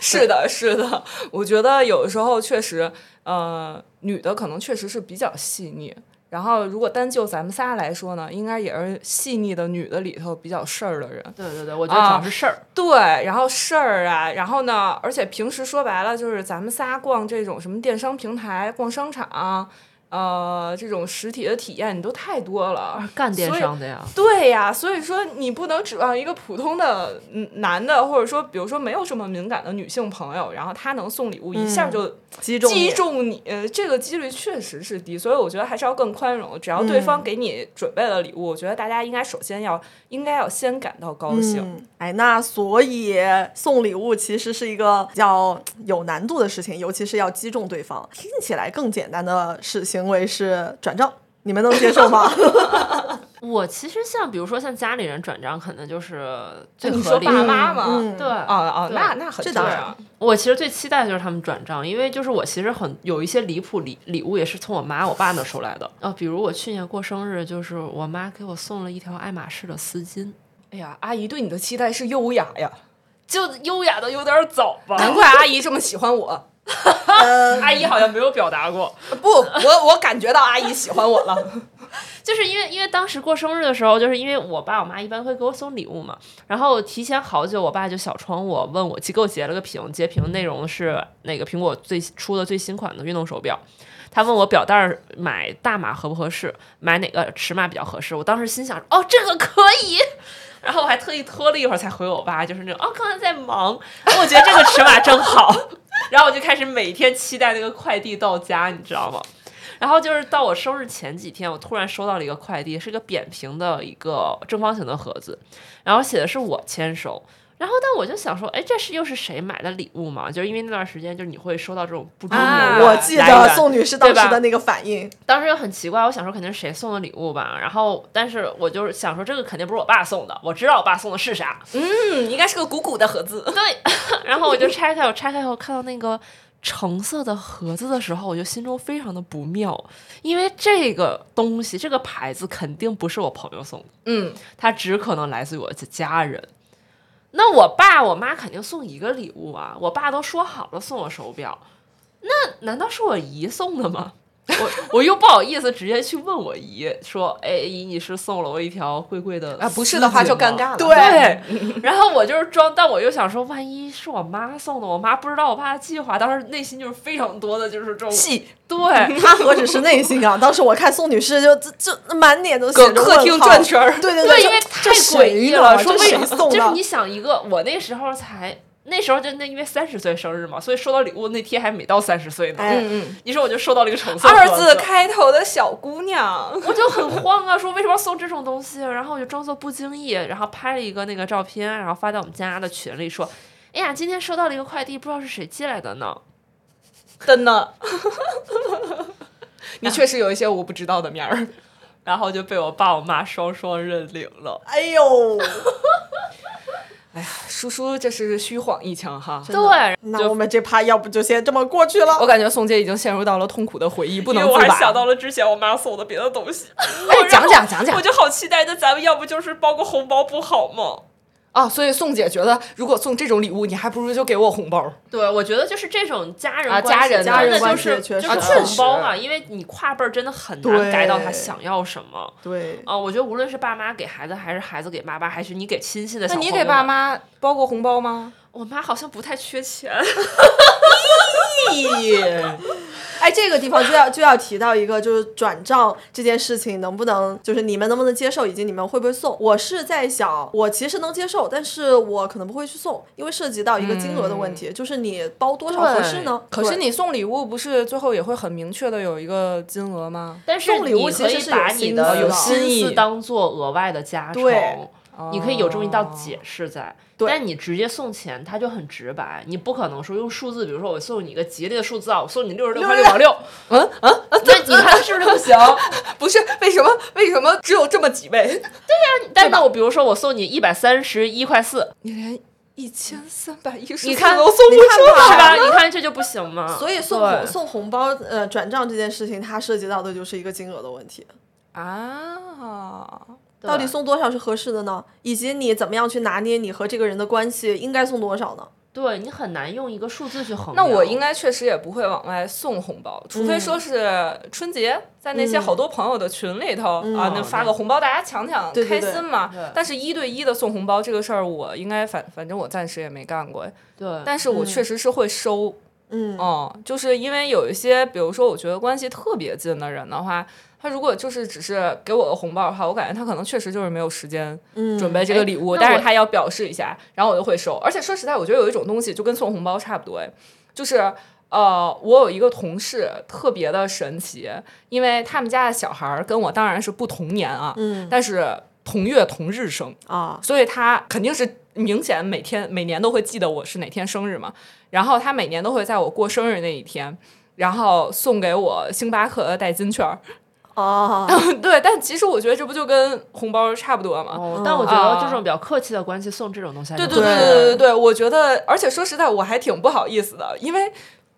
是的，是的，我觉得有时候确实，呃，女的可能确实是比较细腻。然后，如果单就咱们仨来说呢，应该也是细腻的女的里头比较事儿的人。
对对对，我觉得主要是事儿。
对，然后事儿啊，然后呢，而且平时说白了就是咱们仨逛这种什么电商平台、逛商场啊、呃这种实体的体验，你都太多了。
干电商的呀，
对呀，所以说你不能指望一个普通的嗯男的，或者说比如说没有这么敏感的女性朋友，然后他能送礼物一下就
击中嗯
击
你
中你，呃这个几率确实是低。所以我觉得还是要更宽容，只要对方
嗯
给你准备了礼物，我觉得大家应该首先要应该要先感到高兴。
嗯，哎，那所以送礼物其实是一个比较有难度的事情，尤其是要击中对方。听起来更简单的是行为是转账，你们能接受 吗？
我其实像比如说像家里人转账，可能就是最
你说
合理的。
爸妈嘛，
嗯
对，啊
哦哦，
对
那那很
这当
对
然
啊
我其实最期待的就是他们转账，因为就是我其实很有一些离谱礼礼物也是从我妈我爸那收来的。呃，比如我去年过生日，就是我妈给我送了一条爱马仕的丝巾，
哎呀，阿姨对你的期待是优雅呀，
就优雅的有点早吧。
难怪阿姨这么喜欢我。
阿姨好像没有表达过，
不，我我感觉到阿姨喜欢我了。
就是因为因为当时过生日的时候，就是因为我爸我妈一般会给我送礼物嘛，然后提前好久，我爸就小窗我问我给我截了个屏，截屏内容是那个苹果最出的最新款的运动手表，他问我表带儿买大码合不合适，买哪个尺码比较合适，我当时心想哦这个可以。然后我还特意拖了一会儿才回我爸，就是那种哦，刚才在忙，我觉得这个尺码正好， 然后我就开始每天期待那个快递到家，你知道吗？然后就是到我生日前几天，我突然收到了一个快递，是个扁平的一个正方形的盒子，然后写的是我签收。然后，但我就想说，哎，这是又是谁买的礼物嘛？就是因为那段时间，就是你会收到这种不知名
啊
的
我记
来源
得宋女士当
对吧
时的那个反应，
当时就很奇怪，我想说肯定是谁送的礼物吧，然后但是我就是想说这个肯定不是我爸送的，我知道我爸送的是啥，
嗯，应该是个鼓鼓的盒子。
然后我就拆开，我拆开后看到那个橙色的盒子的时候，我就心中非常的不妙，因为这个东西这个牌子肯定不是我朋友送的，
嗯，
它只可能来自于我的家人。那我爸我妈肯定送一个礼物啊，我爸都说好了送我手表，那难道是我姨送的吗？ 我我又不好意思直接去问我姨说，哎姨你是送了我一条贵贵的
啊，不是的话
丝巾
就
吗
尴尬了。
对
对，然后我就是装，但我又想说，万一是我妈送的，我妈不知道我爸的计划，当时内心就是非常多的，就是这种
戏
对。
她何止是内心啊！当时我看宋女士就这这满脸都
搁
写着
客厅
问号
转圈儿
对对
对，
这
因为
这
太诡
谁
异
呢
了，
这
说为什
谁
么？
送
就是
的
你？想一个，我那时候才那时候就那因为三十岁生日嘛，所以收到礼物那天还没到三十岁呢。
哎
嗯
你说我就收到了一个橙色
嗯，二
盒
字开头的小姑娘，
我就很慌啊，说为什么要送这种东西？啊然后我就装作不经意，然后拍了一个那个照片，然后发到我们家的群里说：“哎呀，今天收到了一个快递，不知道是谁寄来的呢。”
真 的。你确实有一些我不知道的面儿。
然后就被我爸我妈双双认领了。
哎 呦，
叔叔，这是虚晃一枪哈。
真的那我们这趴要不就先这么过去
我
了？
感觉宋姐已经陷入到了痛苦的回忆，不
因
能
为
自拔。
我还想到了之前我妈送的别的东西，
哎，讲讲讲 讲
我就好期待那咱们要不就是包个红包不好吗？
啊！所以宋姐觉得，如果送这种礼物，你还不如就给我红包。
对，我觉得就是这种家人
啊
关系
家人
真的
关
就
系
是
确
就
实
是
啊确
红包
实
嘛，因为你跨辈儿真的很
对
难 get 到他想要什么。
对，
啊、我觉得无论是爸妈给孩子，还是孩子给爸妈，还是你给亲戚的小
那
朋
你
友，
给爸？妈包过红包吗？
我妈好像不太缺钱，
哎，这个地方就要就要提到一个，就是转账这件事情能不能，就是你们能不能接受，以及你们会不会送。我是在想，我其实能接受，但是我可能不会去送，因为涉及到一个金额的问题，就是你包多少合适呢？
嗯可是
对
你送礼物不是最后也会很明确的有一个金额吗？
但是
送礼物
你
其
可
实
以
是有
把
心
你
思
的
的
心
心
思
意
当做额外的加成
对，
你可以有这么一
哦
道解释在。
对
但你直接送钱，它就很直白，你不可能说用数字，比如说我送你一个吉利的数字啊，我送你六十六块六毛六，
嗯嗯，
那你看是不是不行？
不是为什么？为什么只有这么几位？
但那我比如说我送你一百三十一块四，
你连一千三百一十
你看
都送不出
是吧？
来，
你看这就不行吗？
所以送
对
红送红包，呃，转账这件事情，它涉及到的就是一个金额的问题，
啊？
对
到底送多少是合适的呢？以及你怎么样去拿捏你和这个人的关系，应该送多少呢？
对你很难用一个数字去衡量。
那我应该确实也不会往外送红包，除
嗯
非说是春节，在那些好多朋友的群里头、啊，那发个红包，大家抢抢，
嗯对对
开
对
心嘛。
对
但是，一对一的送红包这个事儿，我应该反反正我暂时也没干过，
对，
但是我确实是会收。
嗯
嗯，就是因为有一些，比如说我觉得关系特别近的人的话，他如果就是只是给我个红包的话，我感觉他可能确实就是没有时间
嗯
准备这个礼物，
哎那
但
我
是他要表示一下，然后我就会收。而且说实在，我觉得有一种东西就跟送红包差不多，哎就是。呃，我有一个同事特别的神奇，因为他们家的小孩儿跟我当然是不同年啊，
嗯
但是同月同日生，
啊，
所以他肯定是明显每天每年都会记得我是哪天生日嘛。然后他每年都会在我过生日那一天，然后送给我星巴克的代金券儿。
哦，
对，但其实我觉得这不就跟红包差不多嘛。
哦，但我觉得这种比较客气的关系送这种东西还
对
挺
对
好
对
的，
对对对，我觉得，而且说实在，我还挺不好意思的，因为。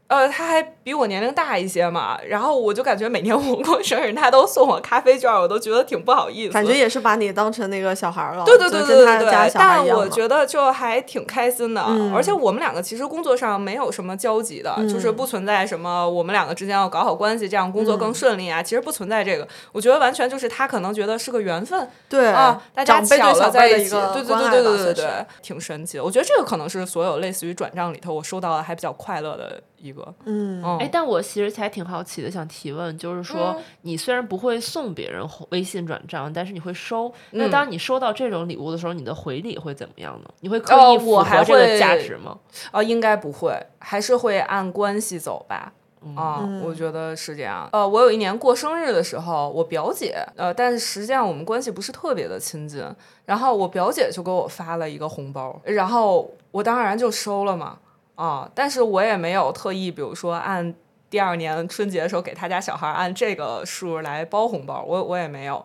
呃，他还比我年龄大一些嘛，然后我就感觉每年我过生日，他都送我咖啡券儿，我都觉得挺不好意思的。
感觉也是把你当成那个小孩儿了，
对对对
就
对
跟
对
他
对
家小孩
但
一样
我
嘛
觉得就还挺开心的，
嗯
而且我们两个其实工作上没有什么交集的，就是不存在什
嗯
么我们两个之间要搞好关系，这样工作更顺利啊，其实不存在这个。我觉得完全就是他可能觉得是个缘分
对
啊，大家
长辈对
巧了
小
在
辈的
一
一
起，
个
对对
关
对
爱
对
吧
对对
算是
对，挺神奇的。我觉得这个可能是所有类似于转账里头我收到的还比较快乐的一个，
嗯
嗯，
哎，但我其实还挺好奇的，想提问，就是说，你虽然不会送别人红微信转账，但是你会收。那
嗯
当你收到这种礼物的时候，你的回礼会怎么样呢？你会刻
哦
意符
我还
合这个
会
价值吗？
啊，应该不会，还是会按关系走吧。啊，我觉得是这样。呃，我有一年过生日的时候，我表姐，呃，但是实际上我们关系不是特别的亲近。然后我表姐就给我发了一个红包，然后我当然就收了嘛。啊，但是我也没有特意，比如说按第二年春节的时候给他家小孩按这个数来包红包，我我也没有。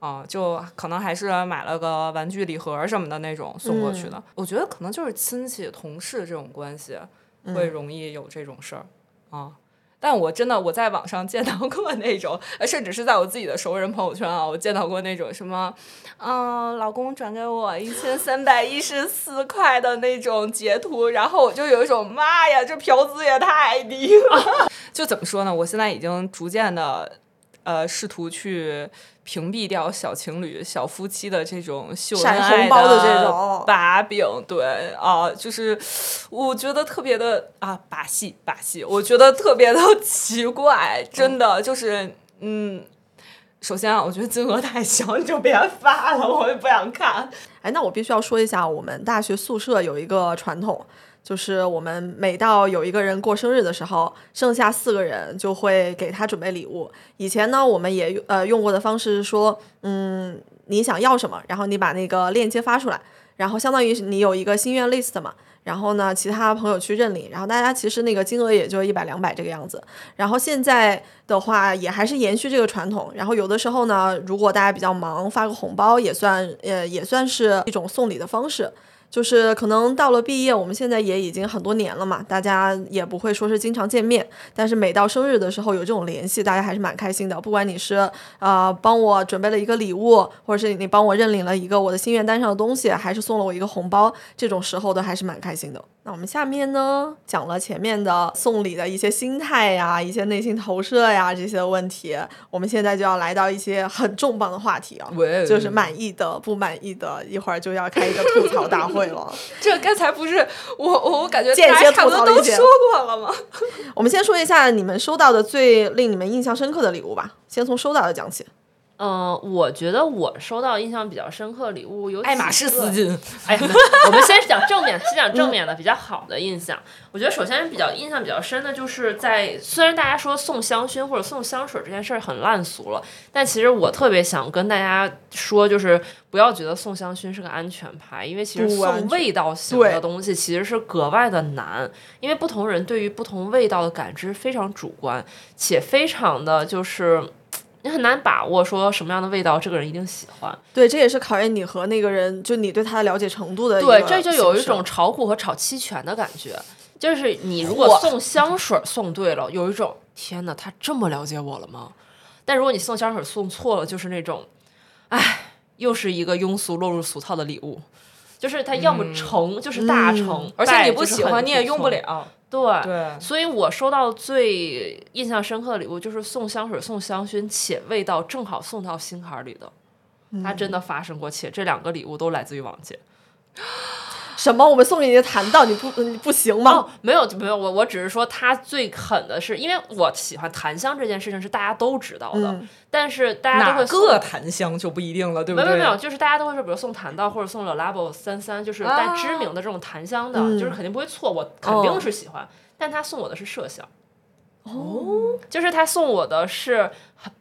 啊，就可能还是买了个玩具礼盒什么的那种送过去的。我觉得可能就是亲戚、同事这种关系会容易有这种事儿、啊。但我真的我在网上见到过那种，呃甚至是在我自己的熟人朋友圈啊，我见到过那种什么，嗯，老公转给我一千三百一十四块的那种截图，然后我就有一种妈呀，这嫖资也太低了。 就怎么说呢？我现在已经逐渐的，呃，试图去屏蔽掉小情侣、小夫妻的这种秀恩
晒
爱
红包的这种
把柄，对啊，就是我觉得特别的啊，把戏把戏，我觉得特别的奇怪，真的就是嗯。首先啊，我觉得金额太小，你就别发了，我也不想看。
哎，那我必须要说一下，我们大学宿舍有一个传统，就是我们每到有一个人过生日的时候，剩下四个人就会给他准备礼物。以前呢，我们也呃用过的方式是说，嗯，你想要什么，然后你把那个链接发出来，然后相当于是你有一个心愿 list 嘛。然后呢，其他朋友去认领，然后大家其实那个金额也就一百两百这个样子。然后现在的话，也还是延续这个传统。然后有的时候呢，如果大家比较忙，发个红包也算，呃，也算是一种送礼的方式。就是可能到了毕业，我们现在也已经很多年了嘛，大家也不会说是经常见面，但是每到生日的时候有这种联系，大家还是蛮开心的。不管你是呃帮我准备了一个礼物，或者是你帮我认领了一个我的心愿单上的东西，还是送了我一个红包，这种时候都还是蛮开心的。那我们下面呢，讲了前面的送礼的一些心态呀、一些内心投射呀这些问题，我们现在就要来到一些很重磅的话题啊，
喂
就是满意的、不满意的，一会儿就要开一个吐槽大会了。
这刚才不是我我我感觉
间
大
接
家差不
吐槽
多
理
都
解
说过了吗？
我们先说一下你们收到的最令你们印象深刻的礼物吧，先从收到的讲起。
嗯、我觉得我收到印象比较深刻的礼物有
爱
几
马仕
个
丝巾，
哎呀，我们先讲正面，先讲正面的比较好的印象。我觉得首先是比较印象比较深的，就是在虽然大家说送香薰或者送香水这件事儿很烂俗了，但其实我特别想跟大家说，就是不要觉得送香薰是个安全牌，因为其实
不安全
送味道型
对
的东西其实是格外的难，因为不同人对于不同味道的感知非常主观，且非常的就是。你很难把握说什么样的味道，这个人一定喜欢。
对，这也是考验你和那个人，就你对他的了解程度的一个
对
形，式。
这就有一种炒股和炒期权的感觉。就是你如果
嚯
送香水儿送对了，有一种天哪，他这么了解我了吗？但如果你送香水儿送错了，就是那种，哎，又是一个庸俗落入俗套的礼物。就是它要么成，就是大成，
嗯而且
败
你
就
不
是
喜
很
欢你也
普
用不
通。
了。
对，
对
所以我收到最印象深刻的礼物就是送香水、送香薰，且味道正好送到
嗯
心坎儿里的。它真的发生过，且这两个礼物都来自于王姐。
什么？我们送给你的檀道，你不你不行吗？
哦，没有没有，我我只是说他最狠的是，因为我喜欢檀香这件事情是大家都知道的，
嗯啊
但是大家都
哪
会送
个檀香就不一定了，对不
没有
对？
没有没有，就是大家都会说，比如送檀道或者送 Lelabo 三三，就是带知名的这种檀香的，
啊嗯
就是肯定不会错，我肯定是喜欢。但他送我的是麝香，
哦，
就是他送我的是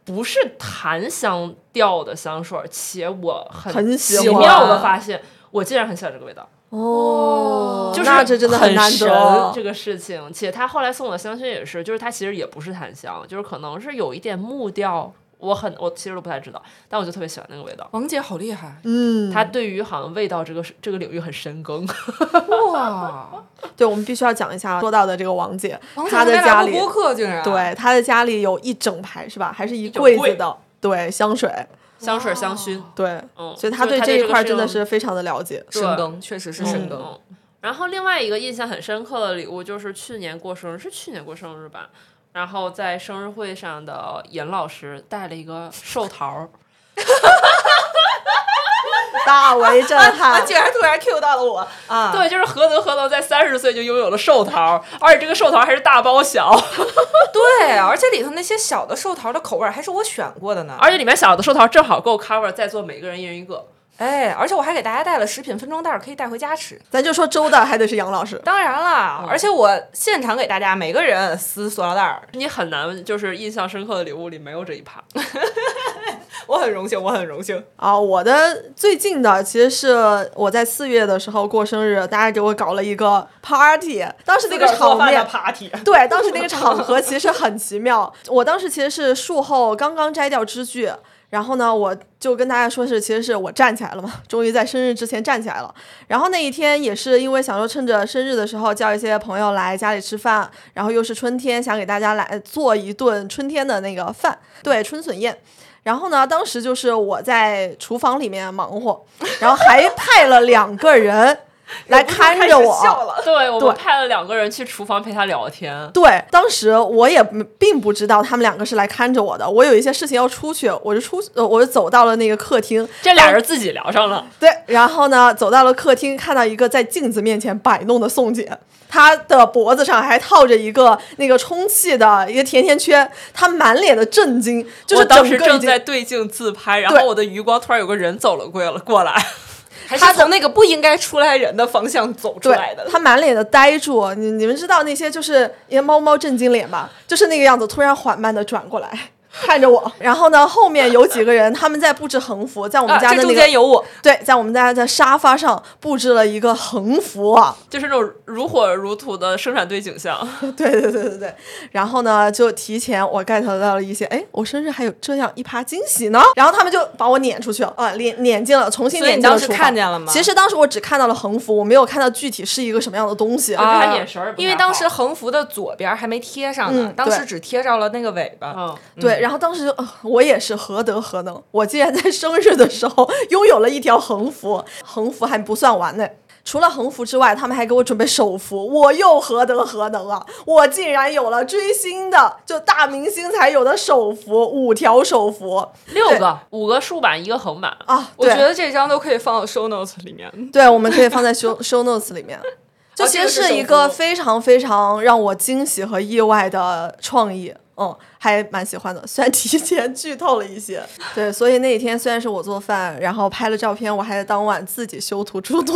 不是檀香调的香水，且我
很
很
喜
奇
欢
妙的发现，我竟然很喜欢这个味道，
哦，
就是
那这真的
很
难
神
得。
这个事情。且他后来送我的香薰也是，就是他其实也不是檀香，就是可能是有一点木调，我很我其实都不太知道，但我就特别喜欢那个味道。
王姐好厉害
嗯，
他对于好像味道这个这个领域很深耕，
哇！
对，我们必须要讲一下说到的这个王姐，
王姐
她
还
的
没来
家
过
里
播客竟然，
对，他的家里有一整排是吧？还是一
整
柜
柜
子的对香水，
香水、香薰，
对，
嗯，
所以
他
他对
这
这一
个
块儿
事
真的
情
是非常的了解。
对
深耕确实是深耕。
嗯。然后另外一个印象很深刻的礼物就是去年过生日，是去年过生日吧？然后在生日会上的严老师带了一个寿桃儿，
大
啊
为震撼，
啊然突然 Q 到了我，
啊！
对，就是何德何能在三十岁就拥有了寿桃儿，而且这个寿桃儿还是大包小，
对，而且里头那些小的寿桃的口味儿还是我选过的呢。
而且里面小的寿桃儿正好够 cover 在座每个人一人一个。
哎，而且我还给大家带了食品分装袋儿，可以带回家吃。
咱就说周到还得是杨老师，
当然
嗯
啦，而且我现场给大家每个人撕塑料袋儿，
你很难就是印象深刻的礼物里没有这一趴，
我很荣幸，我很荣幸。
啊，我的最近的其实是我在四月的时候过生日，大家给我搞了一个 party，当时那个场面。
party，
对，当时那个场合其实很奇妙。我当时其实是术后刚刚摘掉支具，然后呢，我就跟大家说是，其实是我站起来了嘛， 终于在生日之前站起来了。然后那一天也是因为想说趁着生日的时候叫一些朋友来家里吃饭，然后又是春天，想给大家来做一顿春天的那个饭，对，春笋宴。然后呢，当时就是我在厨房里面忙活，然后还派了两个人来看着我，
了。
对我
对
们派了两个人去厨房陪他聊天，
对，当时我也没并不知道他们两个是来看着我的，我有一些事情要出去，我就出，呃我就走到了那个客厅，
这俩人自己聊上了。
对，然后呢，走到了客厅，看到一个在镜子面前摆弄的宋姐，她的脖子上还套着一个那个充气的一个甜甜圈，她满脸的震惊，就是
我当
整
时
个已
正
经
在对镜自拍，然
对
后我的余光突然有个人走了过了过来，
还是从那个不应该出来人的方向走出
对
来的，。
他满脸的呆住，你你们知道那些就是一些猫猫震惊脸吧，就是那个样子，突然缓慢的转过来看着我，然后呢，后面有几个人他们在布置横幅，在我们
啊，
家的
这
那
中
个、
间有我，
对，在我们家的沙发上布置了一个横幅啊，
就是那种如火如荼的生产队景象。
对对对对对，然后呢，就提前我 get 到了一些，哎，我生日还有这样一趴惊喜呢，然后他们就把我撵出去了，啊，撵撵进了，重新
所以
撵
你
进了
当时
厨房
看见了吗
其实当时我只看到了横幅，我没有看到具体是一个什么样的东西
啊他眼神儿不太
因为当时
好
横幅的左边还没贴上呢，
嗯
当时
对
只贴着了那个尾巴。
嗯，
对，然后当时就、呃我也是何德何能，我竟然在生日的时候拥有了一条横幅，横幅还不算完呢。除了横幅之外，他们还给我准备手幅，我又何德何能啊！我竟然有了追星的，就大明星才有的手幅，五条手幅
六个，五个竖版，一个横版。
啊！
我觉
对
得这张都可以放到 show notes 里面。
对，我们可以放在 show show notes 里面。就
哦
其
这
实
个
是
是
一
手
个
幅
非常非常让我惊喜和意外的创意，嗯，还蛮喜欢的。虽然提前剧透了一些，对，所以那一天虽然是我做饭，然后拍了照片，我还在当晚自己修图出 图，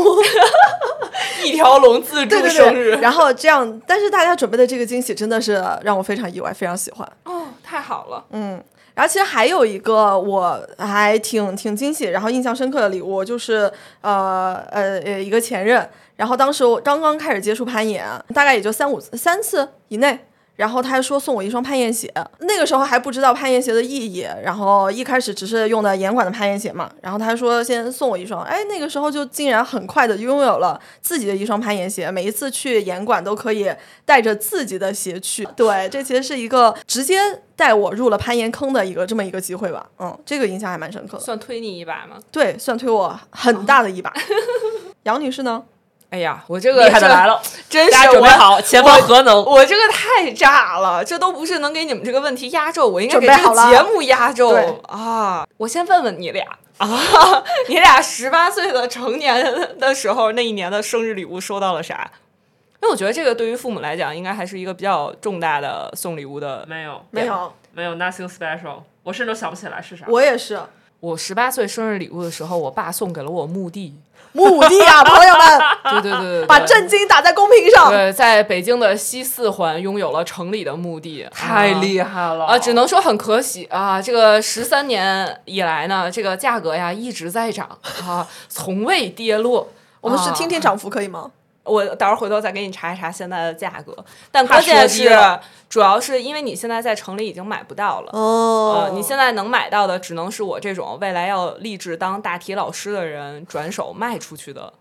一条龙自助
对对
生
对。
日，
然后这样，但是大家准备的这个惊喜真的是让我非常意外，非常喜欢。
哦，太好了！
嗯，然后其实还有一个我还挺挺惊喜，然后印象深刻的礼物就是呃呃呃一个前任，然后当时我刚刚开始接触攀岩，大概也就三五三次以内。然后他说送我一双攀岩鞋，那个时候还不知道攀岩鞋的意义，然后一开始只是用的严管的攀岩鞋嘛。然后他说先送我一双，哎，那个时候就竟然很快的拥有了自己的一双攀岩鞋，每一次去严管都可以带着自己的鞋去。对，这其实是一个直接带我入了攀岩坑的一个这么一个机会吧。嗯，这个印象还蛮深刻的，
算推你一把吗？
哦 对，算推我很大的一把。杨女士呢？
哎呀，我这个
厉害的来了，
真
大
是
家准备
我
好，前往核能。
我这个太炸了，这都不是能给你们这个问题压轴，我应该给
准备
这
好
个
了
节目压轴
对
啊！我先问问你俩啊， 你俩十八岁的成年的时候，那一年的生日礼物收到了啥？因为我觉得这个对于父母来讲，应该还是一个比较重大的送礼物的。
没有，
没有，
没有，nothing special，我甚至都想不起来是啥。
我也是
我十八岁生日礼物的时候，我爸送给了我墓 地。
墓地啊，朋友 们，
对对对对对，
把震惊打在公屏上。
对，在北京的西四环拥有了城里的墓地，
太
害。
厉害了
啊，只能说很可喜啊！这个十三年以来呢，这个价格呀一直在涨啊，从未跌落。
我们是
啊
听听涨幅可以吗？
我到时候回头再给你查一查现在的价格，但
怕
关键
说低
是
了，
主要是因为你现在在城里已经买不到了。
哦
呃，你现在能买到的只能是我这种未来要立志当大体老师的人转手卖出去的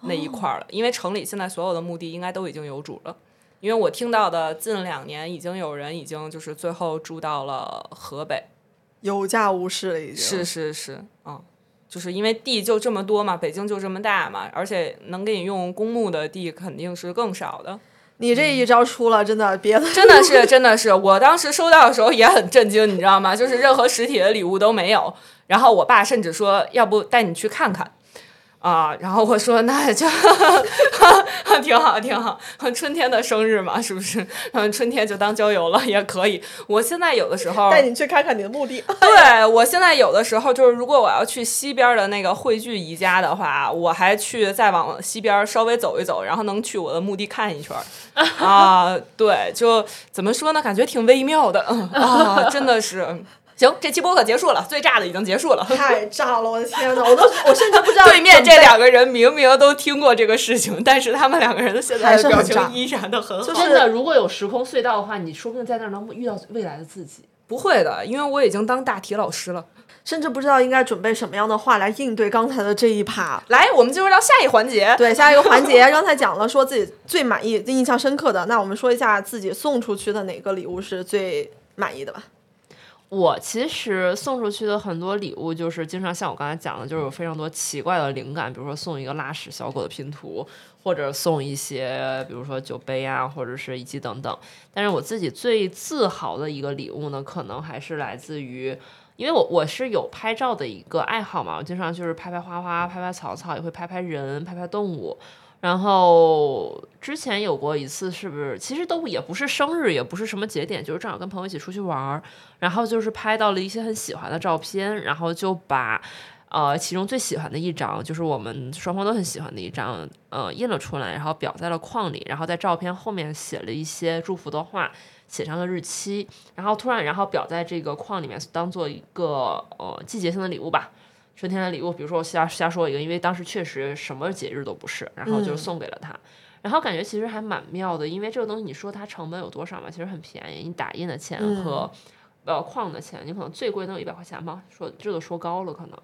那一块儿了，因为城里现在所有的墓地应该都已经有主了。因为我听到的近两年已经有人已经就是最后住到了河北，
有价无市了，已经
是是是，嗯，就是因为地就这么多嘛，北京就这么大嘛，而且能给你用公墓的地肯定是更少的。
你这一招出了，真的别的
真的是，真的是，我当时收到的时候也很震惊，你知道吗？就是任何实体的礼物都没有。然后我爸甚至说，要不带你去看看。啊，然后我说那就 挺好，挺好。春天的生日嘛，是不是？嗯，春天就当郊游了也可以。我现在有的时候
带你去看看你的 墓地。
对我现在有的时候就是，如果我要去西边的那个汇聚宜家的话，我还去再往西边稍微走一走，然后能去我的墓地看一圈儿 啊。对，就怎么说呢，感觉挺微妙 的嗯啊，真的是。行，这期播客结束了，最炸的已经结束 了。
太炸了！我的天哪，我都我甚至不知道
对面
准备
这两个人明明都听过这个事情，但 是他们两个人的现在
还是
的表
很炸
情依然的很好。
就是
真的，如果有时空隧道的话，你说不定在那儿能遇到未来的自己。
不会的，因为我已经当大体老师了。
甚至不知道应该准备什么样的话来应对刚才的这一趴。
来，我们进入到下一环节。
对，下一个环 节，刚才讲了说自己最满意、最印象深刻的，那我们说一下自己送出去的哪个礼物是最满意的吧。
我其实送出去的很多礼物，就是经常像我刚才讲的，就是有非常多奇怪的灵感，比如说送一个拉屎小狗的拼图，或者送一些，比如说酒杯啊，或者是以及等等。但是我自己最自豪的一个礼物呢，可能还是来自于。因为我我是有拍照的一个爱好嘛，我经常就是拍拍花花、拍拍草草，也会拍拍人、拍拍动物。然后之前有过一次，是不是其实都也不是生日，也不是什么节点，就是正好跟朋友一起出去玩儿，然后就是拍到了一些很喜欢的照片，然后就把呃其中最喜欢的一张，就是我们双方都很喜欢的一张，呃印了出来，然后裱在了框里，然后在照片后面写了一些祝福的话，写上了日期，然后突然然后裱在这个框里面，当做一个呃季节性的礼物吧。春天的礼物，比如说我瞎瞎说一个，因为当时确实什么节日都不是，然后就
嗯
送给了他。然后感觉其实还蛮妙的，因为这个东西你说它成本有多少嘛，其实很便宜，你打印的钱
嗯
和、呃框的钱，你可能最贵能有一百块钱吧，说这都说高了可能。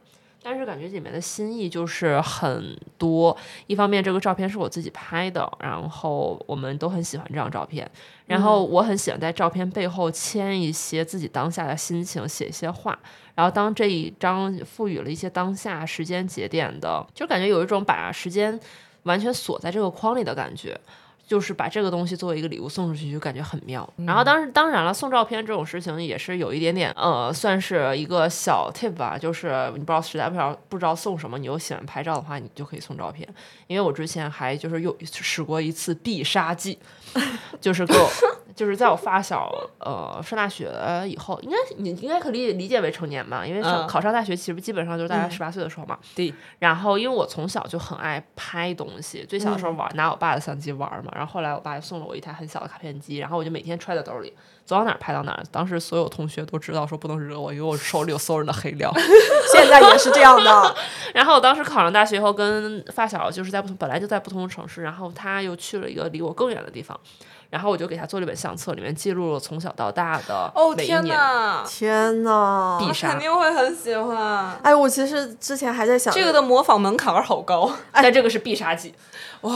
但是感觉里面的心意就是很多，一方面这个照片是我自己拍的，然后我们都很喜欢这张照片，然后我很喜欢在照片背后签一些自己当下的心情，写一些话，然后当这一张赋予了一些当下时间节点的，就感觉有一种把时间完全锁在这个框里的感觉。就是把这个东西作为一个礼物送出去，就感觉很妙。然后当时当然了，送照片这种事情也是有一点点呃，算是一个小 tip 吧，就是你不知道实在不知道不知道送什么，你又喜欢拍照的话，你就可以送照片。因为我之前还就是又使过一次必杀技，就是给我就是在我发小呃上大学以后，应该你应该可以理理解为成年吧，因为上、
嗯
考上大学其实基本上就是大家十八岁的时候嘛。
对，
然后因为我从小就很爱拍东西，最小的时候
嗯
玩、拿我爸的相机玩嘛，然后后来我爸就送了我一台很小的卡片机，然后我就每天揣在兜里，走到哪儿拍到哪儿。当时所有同学都知道说不能惹我，因为我手里有搜人的黑料。
现在也是这样 的，
然后我当时考上大学以后，跟发小就是在不同，本来就在不同的城市，然后他又去了一个离我更远的地方，然后我就给他做了一本相册，里面记录了从小到大的
哦
每一
天
年。
哪，
天哪！
必杀
肯定会很喜欢。
哎，我其实之前还在想
这个的模仿门槛儿好高。
但这个是必杀技，哇！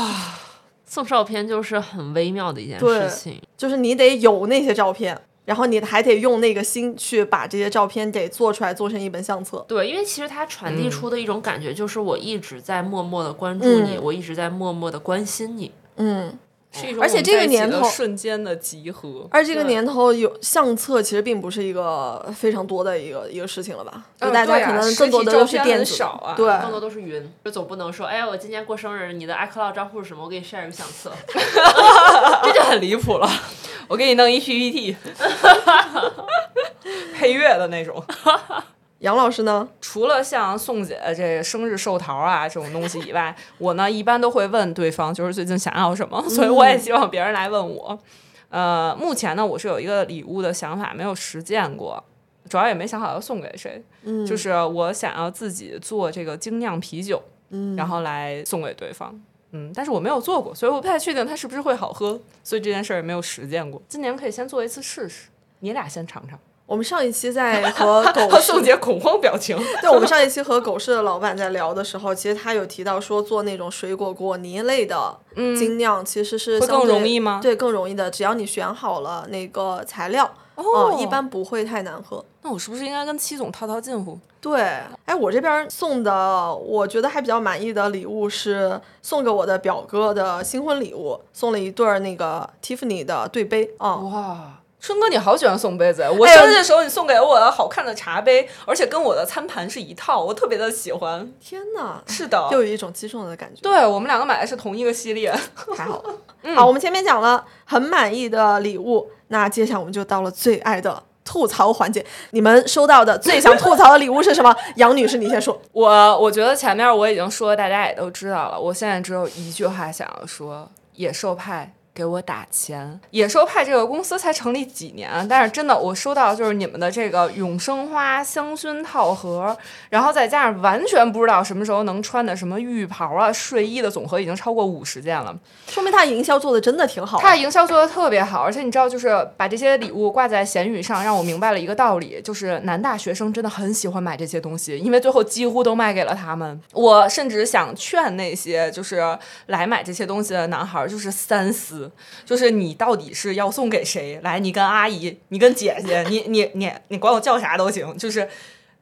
送照片就是很微妙的一件
对
事情，
就是你得有那些照片，然后你还得用那个心去把这些照片给做出来，做成一本相册。
对，因为其实它传递出的一种感觉就是我一直在默默的关注你，
嗯
我一直在默默的关心你。
嗯，
是一种
而且这个
我们在一起的
年头
瞬间的集合，啊
而这个
对
年头有相册，其实并不是一个非常多的一个一个事情了吧？就
嗯
大家
对啊
可能
实
更多
体
的
照
都是
片
电
很
子的
少啊
对，
更多都是云，就总不能说，哎，我今年过生日，你的 iCloud 账户是什么？我给你 share 一个相册。
这就很离谱了。我给你弄一 PPT，配乐的那 种。
杨老师呢？
除了像宋姐这生日寿桃啊这种东西以外，我呢一般都会问对方，就是最近想要什么，所以我也希望别人来问我。呃，目前呢，我是有一个礼物的想法，没有实践过，主要也没想好要送给谁。
嗯，
就是我想要自己做这个精酿啤酒，
嗯
然后来送给对方。嗯，但是我没有做过，所以我不太确定它是不是会好喝，所以这件事儿也没有实践过。今年可以先做一次试试，你俩先尝尝。
我们上一期在和 狗
和
市
宋姐恐慌表情，
对，我们上一期和狗市的老板在聊的时候，其实他有提到说做那种水果果泥类的精酿，其实是
嗯会
相
更
对
容易吗
对，更容易的，只要你选好了那个材料，
哦
嗯一般不会太难喝。
那我是不是应该跟戚总套套近乎？
对，哎，我这边送的，我觉得还比较满意的礼物是送给我的表哥的新婚礼物，送了一对儿那个 Tiffany 的对杯啊。
哇，春哥你好喜欢送杯子呀！我
哎呦
生日的时候你送给我的好看的茶杯，而且跟我的餐盘是一套，我特别的喜欢。
天哪，
是的，
又有一种击中的感觉。
对我们两个买的是同一个系列。
还 好。嗯好，我们前面讲了很满意的礼物，那接下来我们就到了最爱的吐槽环节。你们收到的最想吐槽的礼物是什么？杨女士，你先说。
我我觉得前面我已经说，大家也都知道了。我现在只有一句话想要说：野兽派给我打钱！野兽派这个公司才成立几年啊，但是真的我收到就是你们的这个永生花香薰套盒，然后再加上完全不知道什么时候能穿的什么浴袍啊、睡衣的总和已经超过五十件了。
说明他营销做的真的挺好。啊
它的营销做的特别好，而且你知道，就是把这些礼物挂在闲鱼上，让我明白了一个道理，就是男大学生真的很喜欢买这些东西，因为最后几乎都卖给了他们。我甚至想劝那些就是来买这些东西的男孩儿，就是三思，就是你到底是要送给谁？来，你跟阿姨，你跟姐姐，你你你你管我叫啥都行，就是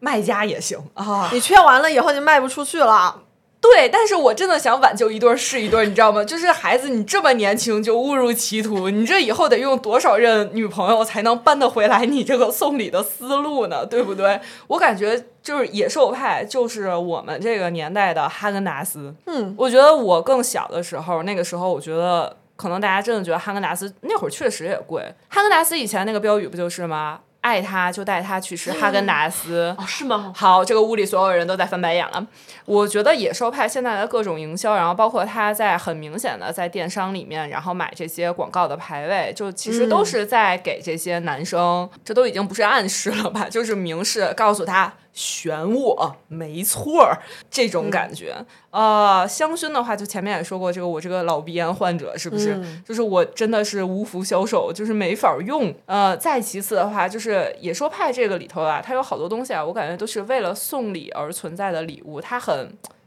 卖家也行啊。
你缺完了以后就卖不出去了。
对，但是我真的想挽救一对儿是一对儿，你知道吗？就是孩子，你这么年轻就误入歧途，你这以后得用多少任女朋友才能扳得回来你这个送礼的思路呢？对不对？我感觉就是野兽派，就是我们这个年代的哈根达斯。
嗯，
我觉得我更小的时候，那个时候我觉得可能大家真的觉得哈根达斯那会儿确实也贵。哈根达斯以前那个标语不就是吗？爱他就带他去吃哈根达斯。
哦，是 吗？
好，这个屋里所有人都在翻白眼了。我觉得野兽派现在的各种营销，然后包括它在很明显的在电商里面，然后买这些广告的排位，就其实都是在给这些男生，这都已经不是暗示了吧，就是明示告诉他选我，没错儿这
嗯
种感觉。呃，香薰的话，就前面也说过，这个我这个老鼻炎患者是不是？
嗯
就是我真的是无福消受，就是没法用。呃，再其次的话，就是野兽派这个里头啊，它有好多东西啊，我感觉都是为了送礼而存在的礼物，它很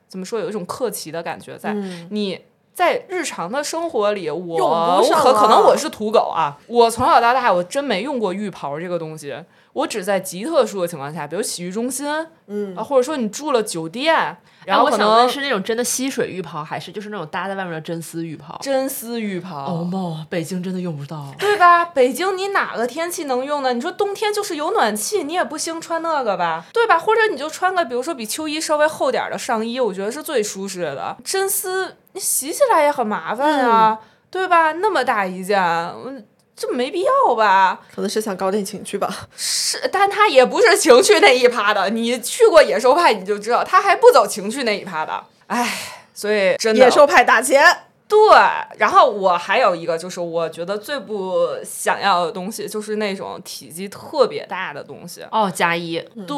怎么说，有一种客气的感觉在。
嗯
你在日常的生活里，我
用不
我
上
可可能
了
我是土狗啊，我从小到大我真没用过浴袍这个东西，我只在极特殊的情况下，比如洗浴中心，
嗯
啊，或者说你住了酒店，
哎
然后
我
可
想
能、
问是那种真的吸水浴袍，还是就是那种搭在外面的真丝浴袍？
真丝浴袍。
妈，哦北京真的用不到。
对吧？北京你哪个天气能用呢？你说冬天就是有暖气，你也不兴穿那个吧，对吧？或者你就穿个比如说比秋衣稍微厚点儿的上衣，我觉得是最舒适的。真丝你洗起来也很麻烦啊，
嗯
对吧？那么大一件，嗯这没必要吧？
可能是想搞点情趣吧。
是，但他也不是情趣那一趴的。你去过野兽派你就知道，他还不走情趣那一趴的。唉，所以真的
野兽派打钱。
对，然后我还有一个就是，我觉得最不想要的东西就是那种体积特别大的东西。
哦，加一，
嗯对，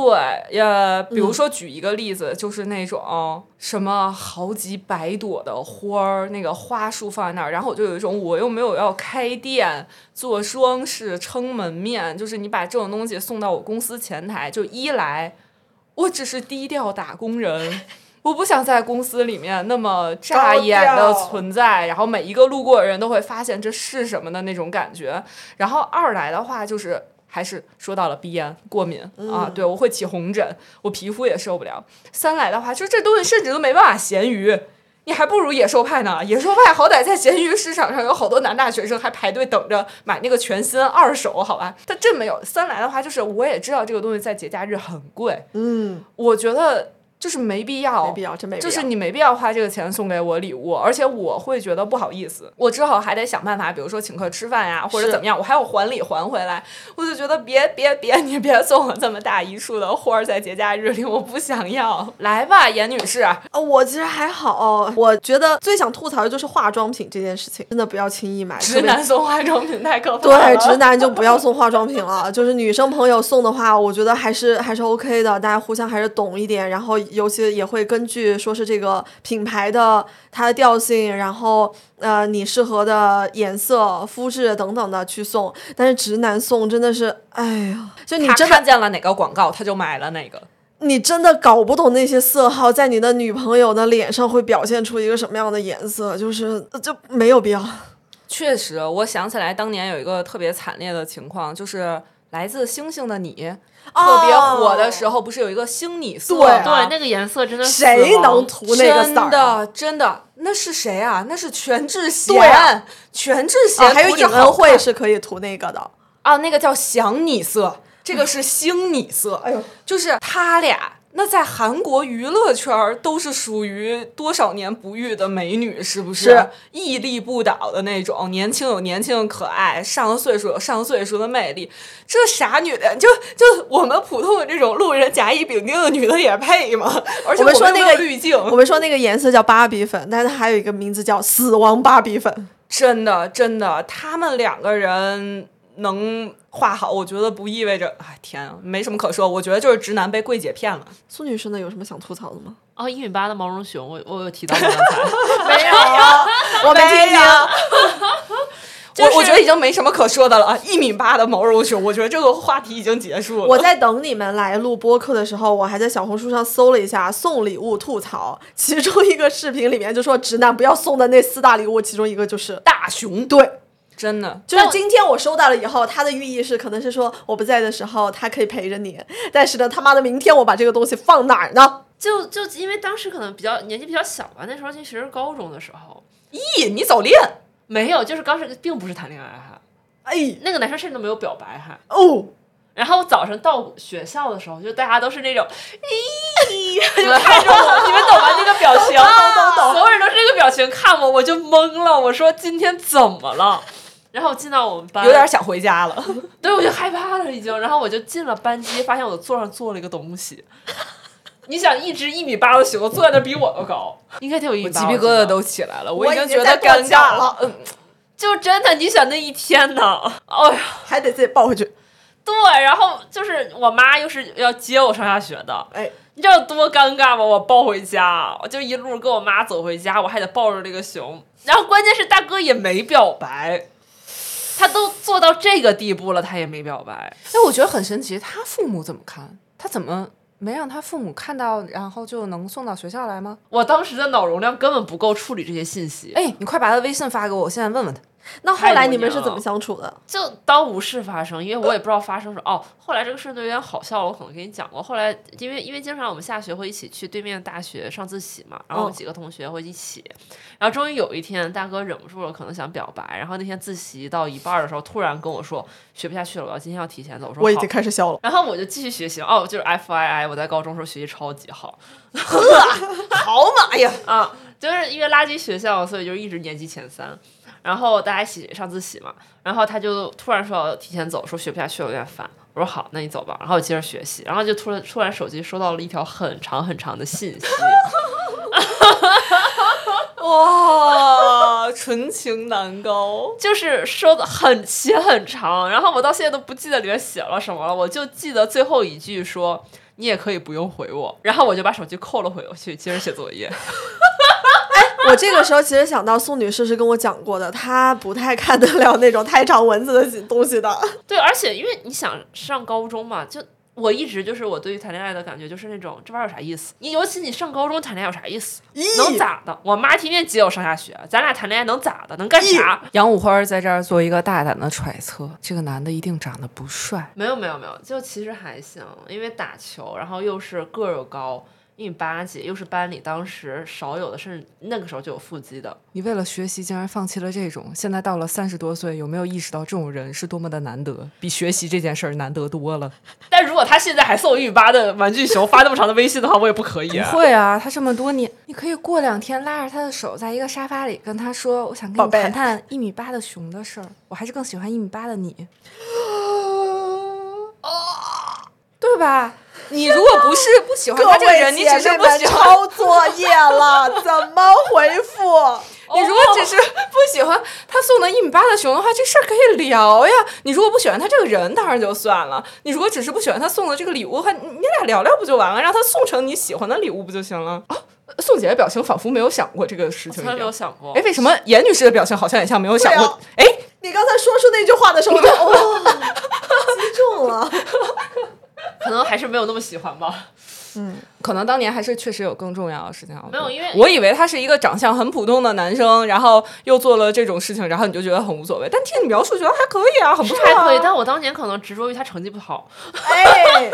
呃，比如说举一个例子，就是那种什么好几百朵的花儿，那个花束放在那儿，然后我就有一种我又没有要开店做装饰撑门面，就是你把这种东西送到我公司前台，就一来我只是低调打工人。我不想在公司里面那么扎眼的存在，然后每一个路过的人都会发现这是什么的那种感觉。然后二来的话就是。还是说到了鼻炎过敏、啊，对我会起红疹，我皮肤也受不了。三来的话，就是这东西甚至都没办法咸鱼，你还不如野兽派呢。野兽派好歹在闲鱼市场上有好多男大学生还排队等着买那个全新二手，好吧？但这没有。三来的话，就是我也知道这个东西在节假日很贵，
嗯，
我觉得就是没必要，
没必要，真没必
就
要。
是你没必要花这个钱送给我礼物，而且我会觉得不好意思，我之后还得想办法，比如说请客吃饭呀，或者
是
怎么样，我还要还礼还回来。我就觉得别别别，你别送我这么大一束的花儿在节假日里，我不想要。来吧，严女士，
啊，我其实还好，呃我觉得最想吐槽的就是化妆品这件事情，真的不要轻易买。特
直
别
男送 化妆品太可怕了。
对直男就不要送化妆品了，就是女生朋友送的话，我觉得还是还是 OK 的，大家互相还是懂一点，然后尤其也会根据说是这个品牌的它的调性，然后呃你适合的颜色、肤质等等的去送，但是直男送真的是，哎呀，就你
他
真的
看见了哪个广告，他就买了哪个。
你真的搞不懂那些色号在你的女朋友的脸上会表现出一个什么样的颜色，就是呃就没有必要。
确实，我想起来当年有一个特别惨烈的情况，就是来自星星的你。特别火
哦
的时候，不是有一个星你色
对
吗？
对，那个颜色真的死
谁
亡
能涂那个色儿
真
啊？
的，真的，那是谁啊？那是全智贤
对啊，
全智贤、
啊，还有尹恩惠是可以涂那个的。
啊，那个叫想你色，这个是星你色，
哎呦，
就是他俩。那在韩国娱乐圈儿都是属于多少年不遇的美女，是不是？
是
屹立不倒的那种，年轻有年轻的可爱，上了岁数有上岁数的魅力。这傻女的，就就我们普通的这种路人甲乙丙丁的女的也配吗？而且
我们说
又没
那个
有滤镜，
我们说那个颜色叫芭比粉，但是它还有一个名字叫死亡芭比粉。
真的，真的，他们两个人能画好，我觉得不意味着，哎，天啊，没什么可说。我觉得就是直男被柜姐骗了。
苏女士呢，有什么想吐槽的吗？
哦，一米八的毛绒熊，我我有提到过刚 才，没 有，
我们听
没
听。
有
就是
我我觉得已经没什么可说的了。啊一米八的毛绒熊，我觉得这个话题已经结束了。
我在等你们来录播客的时候，我还在小红书上搜了一下送礼物吐槽，其中一个视频里面就说直男不要送的那四大礼物，其中一个就是
大熊，
对，
真的
就是今天我收到了以后，它的寓意是可能是说我不在的时候，它可以陪着你，但是呢，他妈的明天我把这个东西放哪儿呢？
就就因为当时可能比较年纪比较小吧，那时候其实是高中的时候，
咦，你早恋？
没有，就是刚是并不是谈恋爱哈，
哎
那个男生甚至都没有表白哈。
哦，
然后早上到学校的时候，就大家都是那种， 咦，就看着我，你们懂吗？那个表情，
懂懂
所有人都是那个表情看我，我就懵了，我说今天怎么了？然后我进到我们班，
有点想回家了。
对，我就害怕了已经。然后我就进了班级，发现我的座上坐了一个东 西。你想，一只一米八的熊坐在那比我都高，应该得有一米八。
鸡皮
我
疙瘩
觉得
都起来了，
我
已
已
经
经
觉得
在跺
尴
脚
尬
了。
嗯，
就真的，你想那一天呢？ 哎呀，
还得自己抱回去。
对，然后就是我妈又是要接我上下学的，
哎，
你知道多尴尬吗？我抱回家，我就一路跟我妈走回家，我还得抱着这个熊。然后关键是大哥也没表白，他都做到这个地步了，他也没表白。
哎，我觉得很神奇，他父母怎么看？他怎么没让他父母看到，然后就能送到学校来吗？
我当时的脑容量根本不够处理这些信息，
哎，你快把他微信发给我，我现在问问他。
那
太
后来
多
你啊们
年
是怎么
了
相处的？
就当无事发生，因为
呃
我也不知道发生什么。哦，后来这个事儿就有点好笑了，我可能跟你讲过。后来因为因为经常我们下学会一起去对面的大学上自习嘛，然后我
嗯
们几个同学会一起。然后终于有一天，大哥忍不住了，可能想表白。然后那天自习到一半儿的时候，突然跟我说学不下去了，我要今天要提前走。我说
我已
好
经开始笑了。
然后我就继续学习哦，就是 F I I，我在高中时候学习超级好，
好嘛呀！
啊，就是因为垃圾学校，所以就一直年级前三。然后大家一起上自习嘛，然后他就突然说要提前走，说学不下去了，有点烦。我说好，那你走吧。然后我接着学习，然后就突然突然手机收到了一条很长很长的信息，
哇， 纯情男高，
就是说的很写很长，然后我到现在都不记得里面写了什么了，我就记得最后一句说你也可以不用回我，然后我就把手机扣了回去，接着写作业。
我这个时候其实想到宋女士是跟我讲过的，她不太看得了那种太长文字的东西的。
对，而且因为你想上高中嘛，就我一直就是我对于谈恋爱的感觉就是那种这玩意儿有啥意思？你尤其你上高中谈恋爱有啥意思？
咦
能咋的？我妈天天接我上下学，咱俩谈恋爱能咋的？能干啥？
杨五花在这儿做一个大胆的揣测，这个男的一定长得不帅。
没有没有没有，就其实还行，因为打球，然后又是个儿又高，一米八几，又是班里当时少有的，甚至那个时候就有腹肌的。
你为了学习竟然放弃了这种，现在到了三十多岁，有没有意识到这种人是多么的难得，比学习这件事儿难得多了？
但如果他现在还送我一米八的玩具熊，发那么长的微信的话，我也不可以、啊
不。会啊，他这么多年，你可以过两天拉着他的手，在一个沙发里跟他说：“我想跟
宝
你
贝
谈谈一米八的熊的事儿，我还是更喜欢一米八 的你，对吧？”你如果不是不喜欢
各
他这个
位
人，你只是
姐妹
不
们
喜欢，
抄作业了，怎么回复？
你如果只是
哦
不喜欢他送的一米八的熊的话，这事儿可以聊呀。你如果不喜欢他这个人，当然就算了；你如果只是不喜欢他送的这个礼物，还你你俩聊聊不就完了？让他送成你喜欢的礼物不就行了？啊，宋姐的表情仿佛没有想过这个事情
从
一
来没有
样。
想过
哎，。为什么严女士的表情好像也像没有想过？哎、
你刚才说出那句话的时候，我就哦，击中了。
可能还是没有那么喜欢吧。
可能当年还是确实有更重要的事情要做。
没有因为
我以为他是一个长相很普通的男生，然后又做了这种事情，然后你就觉得很无所谓。但听你描述，觉得还可以啊，很不错、
还
啊。
可以，但我当年可能执着于他成绩不好，
哎，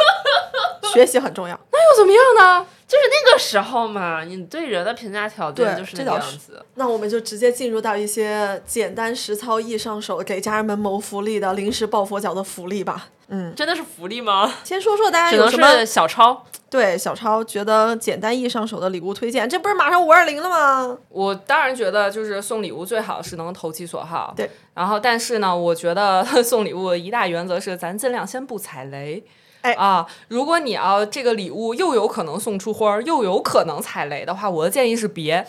学习很重要。
那又怎么样呢？
就是那个时候嘛，你对人的评价条件
对
就是
这
那个
倒
样
是
子。
那我们就直接进入到一些简单实操、易上手，给家人们谋福利的临时抱佛脚的福利吧。
真的是福利吗？
先说说大家
只
有
能
什么
是小超。
对小超觉得简单易上手的礼物推荐，这不是马上五二零了吗？
我当然觉得，就是送礼物最好是能投其所好。
对，
然后但是呢，我觉得 送礼物的一大原则是，咱尽量先不踩雷。
哎
啊，如果你要这个礼物又有可能送出花儿，又有可能踩雷的话，我的建议是别。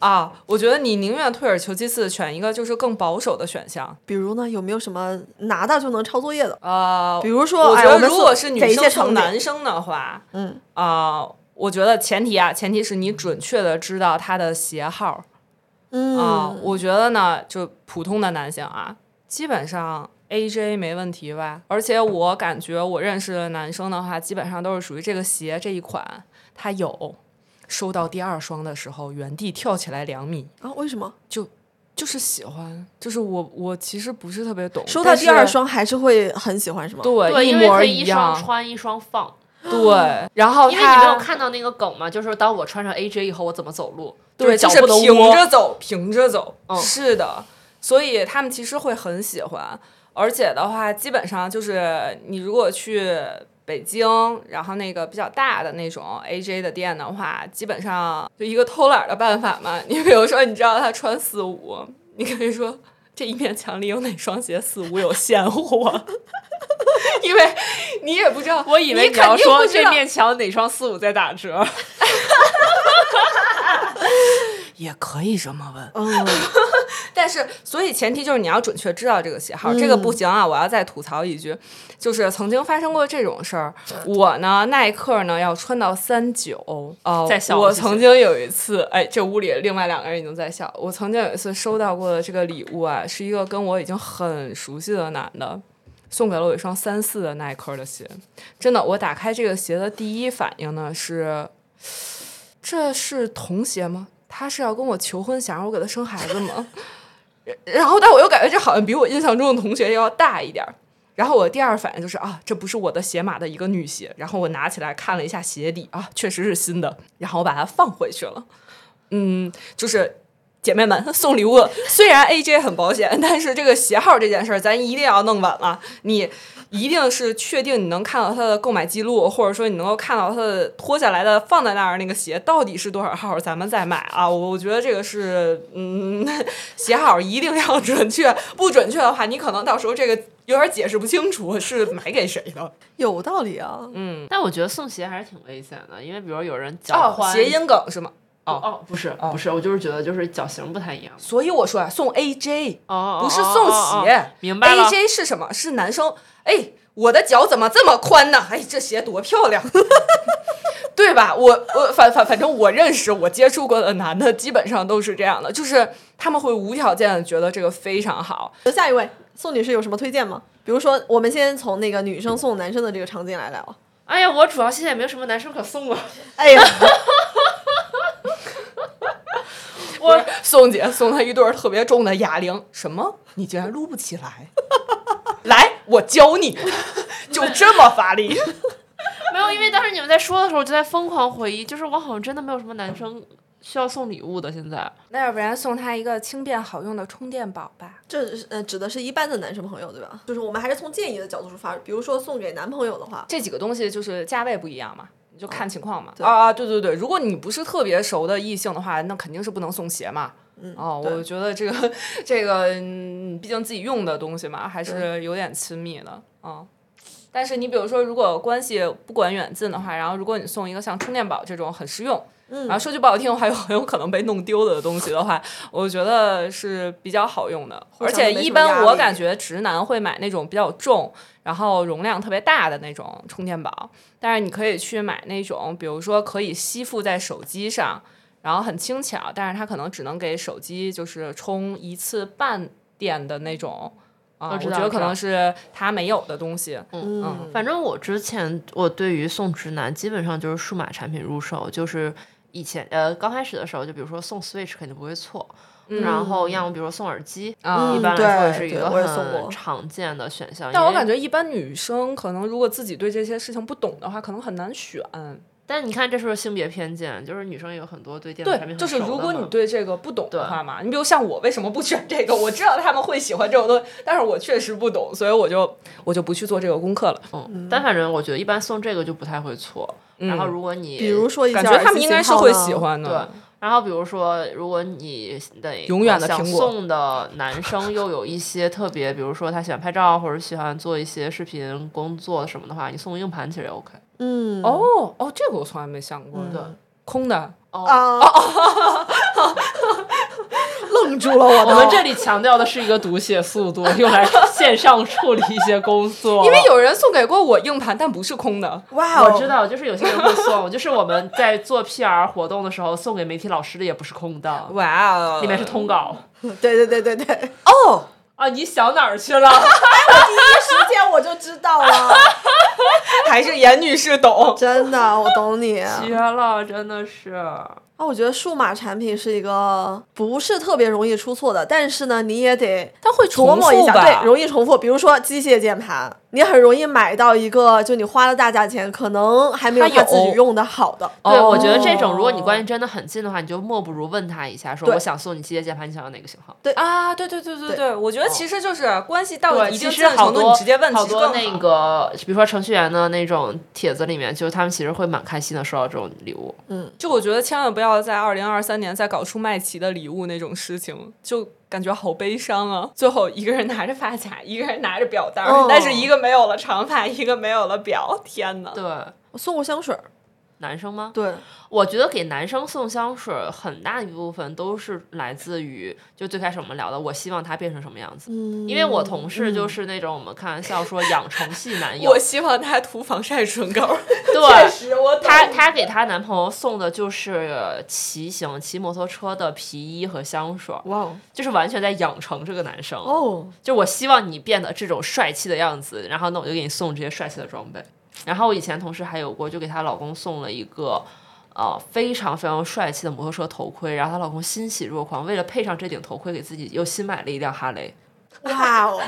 啊，我觉得你宁愿退而求其次，选一个就是更保守的选项。
比如呢，有没有什么拿到就能抄作业的？
呃，
比如说，
我觉
哎
得
们
如果
送
是女
给一些
生
成
送
绩
男生的话，
嗯
啊、我觉得前提啊，前提是你准确的知道他的鞋号
嗯
啊、我觉得呢，就普通的男性啊，基本上 AJ 没问题吧。而且我感觉我认识的男生的话，基本上都是属于这个鞋这一款，他有收到第二双的时候，原地跳起来两米，
啊，为什么
就就是喜欢，就是我我其实不是特别懂，
收到
但是
第二。双还是会很喜欢是吗？
对，
对，
一
因为
模
可以
一
一
样。
双穿一双放，
对，然后
因为你没有
他
看到那个梗嘛，就是当我穿上 AJ 以后，我怎么走路？
对，
是脚
就是
不能
平
窝。
着走，平着走，
嗯
是的，所以他们其实会很喜欢，而且的话，基本上就是你如果去。北京，然后那个比较大的那种 AJ 的店的话，基本上就一个偷懒儿的办法嘛。你比如说，你知道他穿四五，你可以说这一面墙里有哪双鞋四五有现货， 因为你也不知道，
我以为
你肯
要
定
说
不知
这
道
面墙哪双四五在打 折，
也可以这么问，
嗯，
但是，所以前提就是你要准确知道这个喜好，这个
嗯
不行啊！我要再吐槽一句，就是曾经发生过这种事儿。
嗯
我呢，耐克呢要穿到三九，哦、
在笑
我
谢谢
曾经有一次，哎，这屋里另外两个人已经在笑。我曾经有一次收到过的这个礼物啊，是一个跟我已经很熟悉的男的。送给了我一双三四的耐克的鞋，真的，我打开这个鞋的第一反应呢是，这是童鞋吗？他是要跟我求婚，想让我给他生孩子吗？然后，但我又感觉这好像比我印象中的同学要大一点儿。然后我第二反应就是啊，这不是我的鞋码的一个女鞋。然后我拿起来看了一下鞋底啊，确实是新的。然后我把它放回去了。嗯，就是姐妹们送礼物，虽然 AJ 很保险，但是这个鞋号这件事儿，咱一定要弄稳了。你一定是确定你能看到它的购买记录，或者说你能够看到它的脱下来的放在那儿那个鞋到底是多少号，咱们再买啊。我我觉得这个是，嗯，鞋号一定要准确，不准确的话，你可能到时候这个有点解释不清楚是买给谁的。
有道理啊。嗯，
但我觉得送鞋还是挺危险的，因为比如有人脚
哦
宽，，
谐音梗是吗？
哦哦，不是不是，我就是觉得就是脚型不太一样，
所以我说啊，送 AJ。
哦，
不是送
哦
鞋，
明白了
AJ 是什么？是男生。哎，我的脚怎么这么宽呢？哎，这鞋多漂亮， 对吧？我我反反反正我认识我接触过的男的，基本上都是这样的，就是他们会无条件的觉得这个非常好。
下一位，宋女士有什么推荐吗？比如说，我们先从那个女生送男生的这个场景来聊。啊
哎呀，我主要现在也没有什么男生可送了，
哎呀，
我宋姐送他一对儿特别重的哑铃，什么？你竟然撸不起来？ 来，我教你，就这么发力。
没有，因为当时你们在说的时候，我就在疯狂回忆，就是我好像真的没有什么男生需要送礼物的。现在
那要不然送他一个轻便好用的充电宝吧。
这是呃指的是一般的男生朋友对吧？就是我们还是从建议的角度出发，比如说送给男朋友的话，
这几个东西就是价位不一样嘛。你就看情况嘛。
对
啊啊，对对对，如果你不是特别熟的异性的话，那肯定是不能送鞋嘛。
嗯
哦，
对
我觉得这个这个，嗯，毕竟自己用的东西嘛，还是
对
有点亲密的啊。但是你比如说，如果关系不管远近的话，然后如果你送一个像充电宝这种很实用，
嗯
然后说句不好听，还有很有可能被弄丢的东西的话，我觉得是比较好用的。
互
而
相都没
且
什么
一
压
般我
力
感觉直男会买那种比较重，然后容量特别大的那种充电宝，但是你可以去买那种，比如说可以吸附在手机上，然后很轻巧，但是它可能只能给手机就是充一次半电的那种啊，
我
我
知道
觉得
我知
可能
道
是它没有的东西。
嗯，
反正我之前我对于送直男基本上就是数码产品入手，就是以前呃刚开始的时候，就比如说送 Switch 肯定不会错，然后要么比如说送耳机，
啊
一般来
对
说是一
对
个
我也送过
很常见的选项。
但
因
我
为
感觉一般女生可能如果自己对这些事情不懂的话，可能很难选。
但你看，这是不是性别偏见？就是女生有很多对电子产
对，
品
就
很
是
熟
如
的
果
嘛
你对这个不懂的话嘛，你比如像我，为什么不选这个？我知道他们会喜欢这种东西，但是我确实不懂，所以我就我就不去做这个功课了。
嗯，但反正我觉得一般送这个就不太会错。
嗯
然后如果你
比如，说一些
感觉他们应该是会喜欢的。
然后比如说，如果你的
永远的
想
苹果
送的男生又有一些特别，比如说他喜欢拍照或者喜欢做一些视频工作什么的话，你送硬盘其实也 OK。
嗯
哦哦，这个我从来没想过。
嗯对，
空的。哦
啊，愣住了
哦
我
我
都，
们这里强调的是一个读写速度，用来线上处理一些工作。
因为有人送给过我硬盘，但不是空的。
哇哦，
我知道，就是有些人会送，就是我们在做 PR 活动的时候送给媒体老师的也不是空的，
哇哦
里面是通稿
对对对 对对，哦，
啊！你想哪儿去了？
第一时间我就知道了，
还是严女士懂。
真的，我懂 你。
啊
绝了，真的是。
啊，我觉得数码产品是一个不是特别容易出错的，但是呢，你也得
它会
琢磨一下，对，
对，
容易重复。比如说机械键盘，你很容易买到一个，就你花了大价钱，可能还没有
它有哦
他自己用的好的。
对，我觉得这种，如果你关系真的很近的话，你就莫不如问他一下，说
对
我想送你机械键盘，你想要哪个型号？
啊，对对对对哦对，我觉得其实就是关系到一定
其
程
实好
度，
多
你直接问
好
其实
多
更
那个，比如说程序员的那种帖子里面，就是他们其实会蛮开心的收到这种礼物。
嗯
就我觉得千万不要在二零二三年再搞出麦琪的礼物那种事情，就感觉好悲伤啊！最后一个人拿着发卡，一个人拿着表带儿，
哦
但是一个没有了长发，一个没有了表，天哪！
对，
我送过香水儿，
男生吗？
对，
我觉得给男生送香水很大一部分都是来自于，就最开始我们聊的，我希望他变成什么样子。
嗯
因为我同事就是那种我们开玩笑说养成系男友
嗯我，希望他涂防晒唇膏。 确
对，
实，我懂
她她给她男朋友送的就是骑行、骑摩托车的皮衣和香水儿，
哇哦
就是完全在养成这个男生。
哦，
就我希望你变得这种帅气的样子，然后那我就给你送这些帅气的装备。然后我以前同事还有过，就给她老公送了一个。呃，非常非常帅气的摩托车头盔，然后她老公欣喜若狂，为了配上这顶头盔，给自己又新买了一辆哈雷。
哇哦，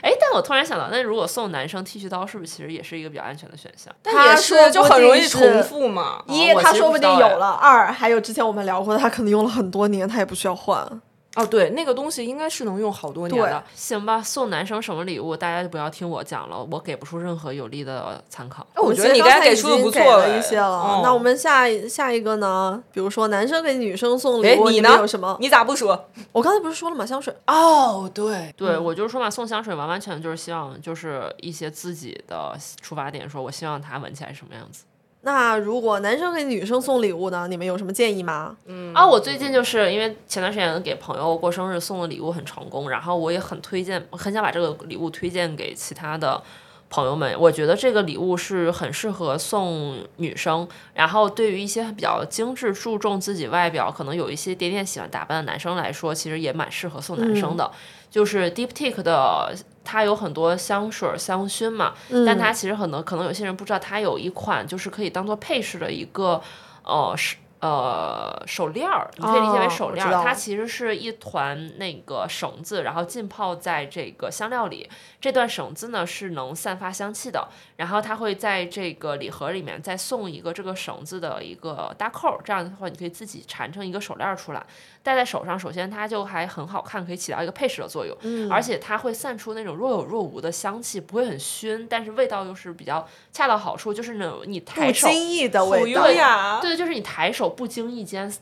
哎，但我突然想到，那如果送男生剃须刀，是不是其实也是一个比较安全的选项？
但也
他说
是
不
就很容易
定是
重复哦嘛。
一
我
他
其实
说
不
不
知
定
道
有
哎
了，二还有之前我们聊过的，他可能用了很多年，他也不需要换。
哦，对，那个东西应该是能用好多年的。
行吧，送男生什么礼物，大家就不要听我讲了，我给不出任何有力的参考。
哎我觉得
其
你
实
刚
刚才
才给
已
出的
经
不
给
错
了
哎
一些了。
哦
那我们下一下一个呢？比如说男生给女生送礼
哎
物，，
你
们
呢？
有什么？
你咋不说？
我刚才不是说了吗？香水。
哦，对，
对，我就是说嘛，送香水完完全全就是希望，就是一些自己的出发点，说我希望它闻起来是什么样子。
那如果男生给女生送礼物呢？你们有什么建议吗？
啊，我最近就是因为前段时间给朋友过生日送的礼物很成功，然后我也很推荐，很想把这个礼物推荐给其他的朋友们，我觉得这个礼物是很适合送女生。然后对于一些比较精致、注重自己外表，可能有一些点点喜欢打扮的男生来说，其实也蛮适合送男生的。就是 Deeptik 的，它有很多香水、香薰嘛，
嗯
嗯
但它其实很多可能有些人不知道，它有一款就是可以当做配饰的一个，呃，是呃手链儿，你可以理解为手链
哦我
儿，
知道
它其实是一团那个绳子，然后浸泡在这个香料里。这段绳子呢是能散发香气的，然后它会在这个礼盒里面再送一个这个绳子的一个搭扣儿，这样的话你可以自己缠成一个手链儿出来，戴在手上，首先它就还很好看，可以起到一个配饰的作用，
嗯
而且它会散出那种若有若无的香气，不会很熏，但是味道又是比较恰到好处，就是那种你
不
抬手，
经意的味道
对，
雅，
对，就是你抬手不经意间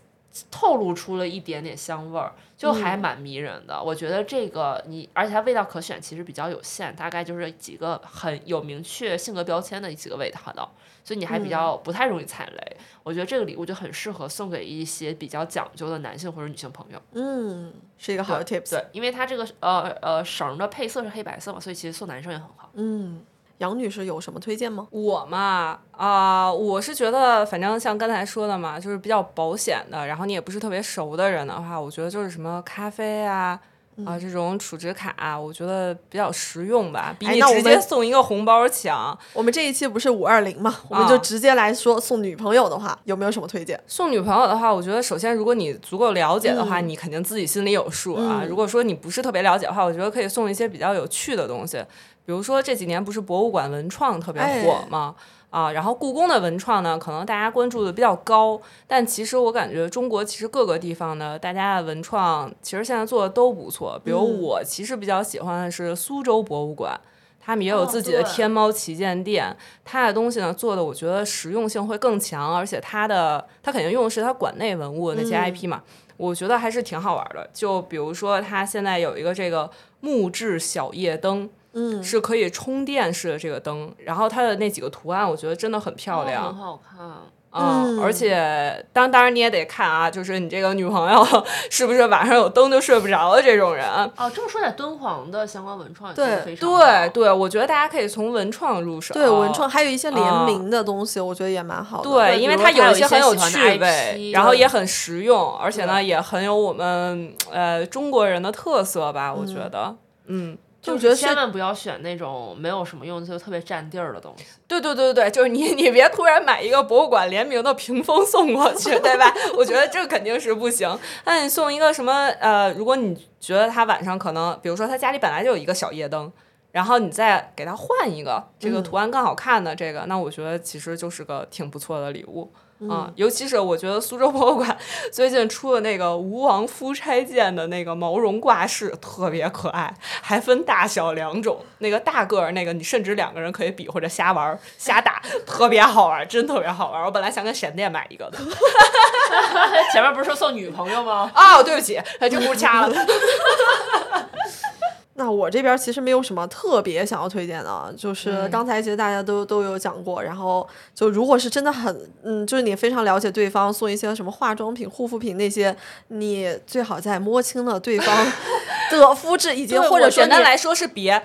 透露出了一点点香味儿，就
嗯
还蛮迷人的。我觉得这个你，而且它味道可选其实比较有限，大概就是几个很有明确性格标签的几个味道的，所以你
嗯
还比较不太容易踩雷。我觉得这个礼物就很适合送给一些比较讲究的男性或者女性朋友。
嗯，是一个好的 tips。
对，因为它这个呃呃绳儿的配色是黑白色嘛，所以其实送男生也很好。
嗯，杨女士有什么推荐吗？
我嘛啊、我是觉得，反正像刚才说的嘛，就是比较保险的，然后你也不是特别熟的人的话，我觉得就是什么咖啡啊。
嗯
啊，这种储值卡、我觉得比较实用吧，比
哎
你
那我
直接
们
送一个红包强。
我们这一期不是五二零嘛，我们就直接来说送女朋友的话，有没有什么推荐？
送女朋友的话，我觉得首先如果你足够了解的话，你肯定自己心里有数啊。如果说你不是特别了解的话，我觉得可以送一些比较有趣的东西，比如说这几年不是博物馆文创特别
哎
火吗？啊，然后故宫的文创呢，可能大家关注的比较高，但其实我感觉中国其实各个地方呢，大家的文创其实现在做的都不错。比如我其实比较喜欢的是苏州博物馆，他们也有
哦
自己的
对
天猫旗舰店，它的东西呢做的我觉得实用性会更强，而且它的它肯定用的是它馆内文物那些 IP 嘛，我觉得还是挺好玩的。就比如说它现在有一个这个木质小夜灯。嗯，是可以充电式的这个灯，然后它的那几个图案，我觉得真的很漂亮。
哦很好看。哦
啊、
嗯
而且当当然你也得看啊，就是你这个女朋友是不是晚上有灯就睡不着的这种人。啊
哦，这么说起来，敦煌的相关文创也
对
做得非常
对
好
对，我觉得大家可以从文创入手。哦
对，文创还有一些联名的东西，我觉得也蛮好的。
对，因为
比
它
如它
有
有
一
一
些
些
很有
喜欢的
趣
IP
味，然后也很实用，而且呢也很有我们呃中国人的特色吧，我觉得。嗯，
就我觉得是
千万不要选那种没有什么用，就特别占地儿的东西。
对对对对对，就是你 你别突然买一个博物馆联名的屏风送过去，对吧？ 我觉得这肯定是不行。那你送一个什么？呃，如果你觉得他晚上可能，比如说他家里本来就有一个小夜灯，然后你再给他换一个这个
嗯
图案更好看的这个，那我觉得其实就是个挺不错的礼物。
嗯
啊、尤其是我觉得苏州博物馆最近出的那个吴王夫差剑的那个毛绒挂饰特别可爱，还分大小两种。那个大个儿那个，你甚至两个人可以比划着瞎玩儿、瞎打，特别好玩儿，真特别好玩儿。我本来想给闪电买一个的，
前面不是说送女朋友 吗？
哦，对不起，他就不掐 了。
那我这边其实没有什么特别想要推荐的啊，就是刚才其实大家都都有讲过，然后就如果是真的很，嗯，就是你非常了解对方，送一些什么化妆品、护肤品那些，你最好在摸清了对 方的肤质，以及
对
或
我
者说
简
你
单来说是别，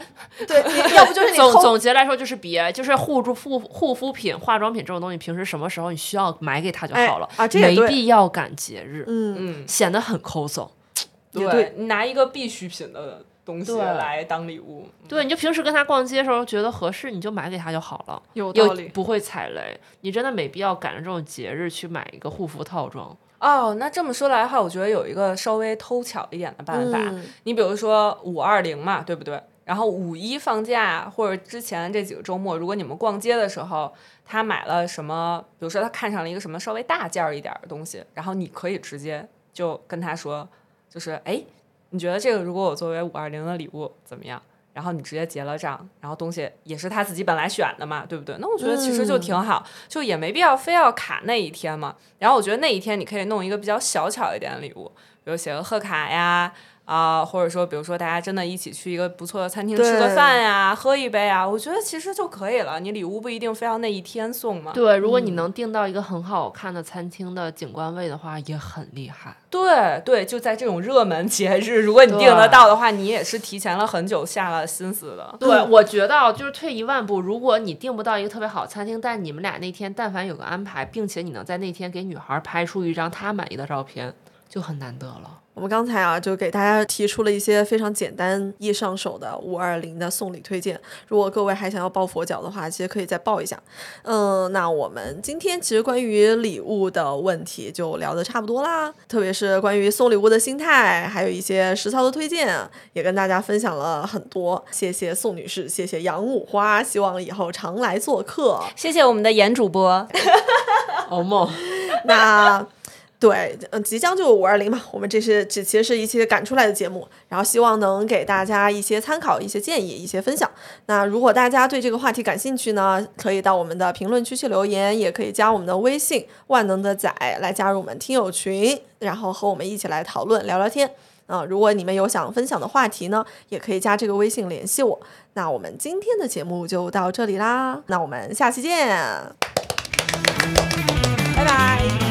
对， 你要不就是你
总
抠
总结来说就是别，就是护住护护肤品、化妆品这种东西，平时什么时候你需要买给他就好了，
哎啊这也
没
对
必要赶节日，
嗯，
嗯，
显得很抠搜。
也对
你拿一个必需品的东西
对
来当礼物，
对，你就平时跟他逛街的时候觉得合适，你就买给他就好了，
有
又
道理。
不会踩雷。你真的没必要赶着这种节日去买一个护肤套装。
哦，那这么说来的话，我觉得有一个稍微偷巧一点的办法，
嗯
你比如说五二零嘛，对不对？然后五一放假或者之前这几个周末，如果你们逛街的时候，他买了什么，比如说他看上了一个什么稍微大件儿一点儿的东西，然后你可以直接就跟他说，就是哎，你觉得这个如果我作为五二零的礼物怎么样？然后你直接结了账，然后东西也是他自己本来选的嘛，对不对？那我觉得其实就挺好，就也没必要非要卡那一天嘛。然后我觉得那一天你可以弄一个比较小巧一点的礼物，比如写个贺卡呀，啊、或者说比如说大家真的一起去一个不错的餐厅吃个
对
饭呀、喝一杯啊，我觉得其实就可以了。你礼物不一定非要那一天送嘛。
对，如果你能订到一个很好看的餐厅的景观位的话，也很厉害。
对对，就在这种热门节日，如果你订得到的话，你也是提前了很久下了心思的。嗯
对，我觉得啊就是退一万步，如果你订不到一个特别好的餐厅，但你们俩那天但凡有个安排，并且你能在那天给女孩拍出一张她满意的照片，就很难得了。
我们刚才啊，就给大家提出了一些非常简单易上手的五二零的送礼推荐。如果各位还想要抱佛脚的话，其实可以再抱一下。嗯，那我们今天其实关于礼物的问题就聊得差不多啦，特别是关于送礼物的心态，还有一些实操的推荐，也跟大家分享了很多。谢谢宋女士，谢谢杨五花，希望以后常来做客。
谢谢我们的严主播，
欧梦，
那对，嗯，即将就五二零嘛，我们这是只其实是一期赶出来的节目，然后希望能给大家一些参考、一些建议、一些分享。那如果大家对这个话题感兴趣呢，可以到我们的评论区去留言，也可以加我们的微信“万能的仔”来加入我们听友群，然后和我们一起来讨论聊聊天。啊、如果你们有想分享的话题呢，也可以加这个微信联系我。那我们今天的节目就到这里啦，那我们下期见。
拜拜。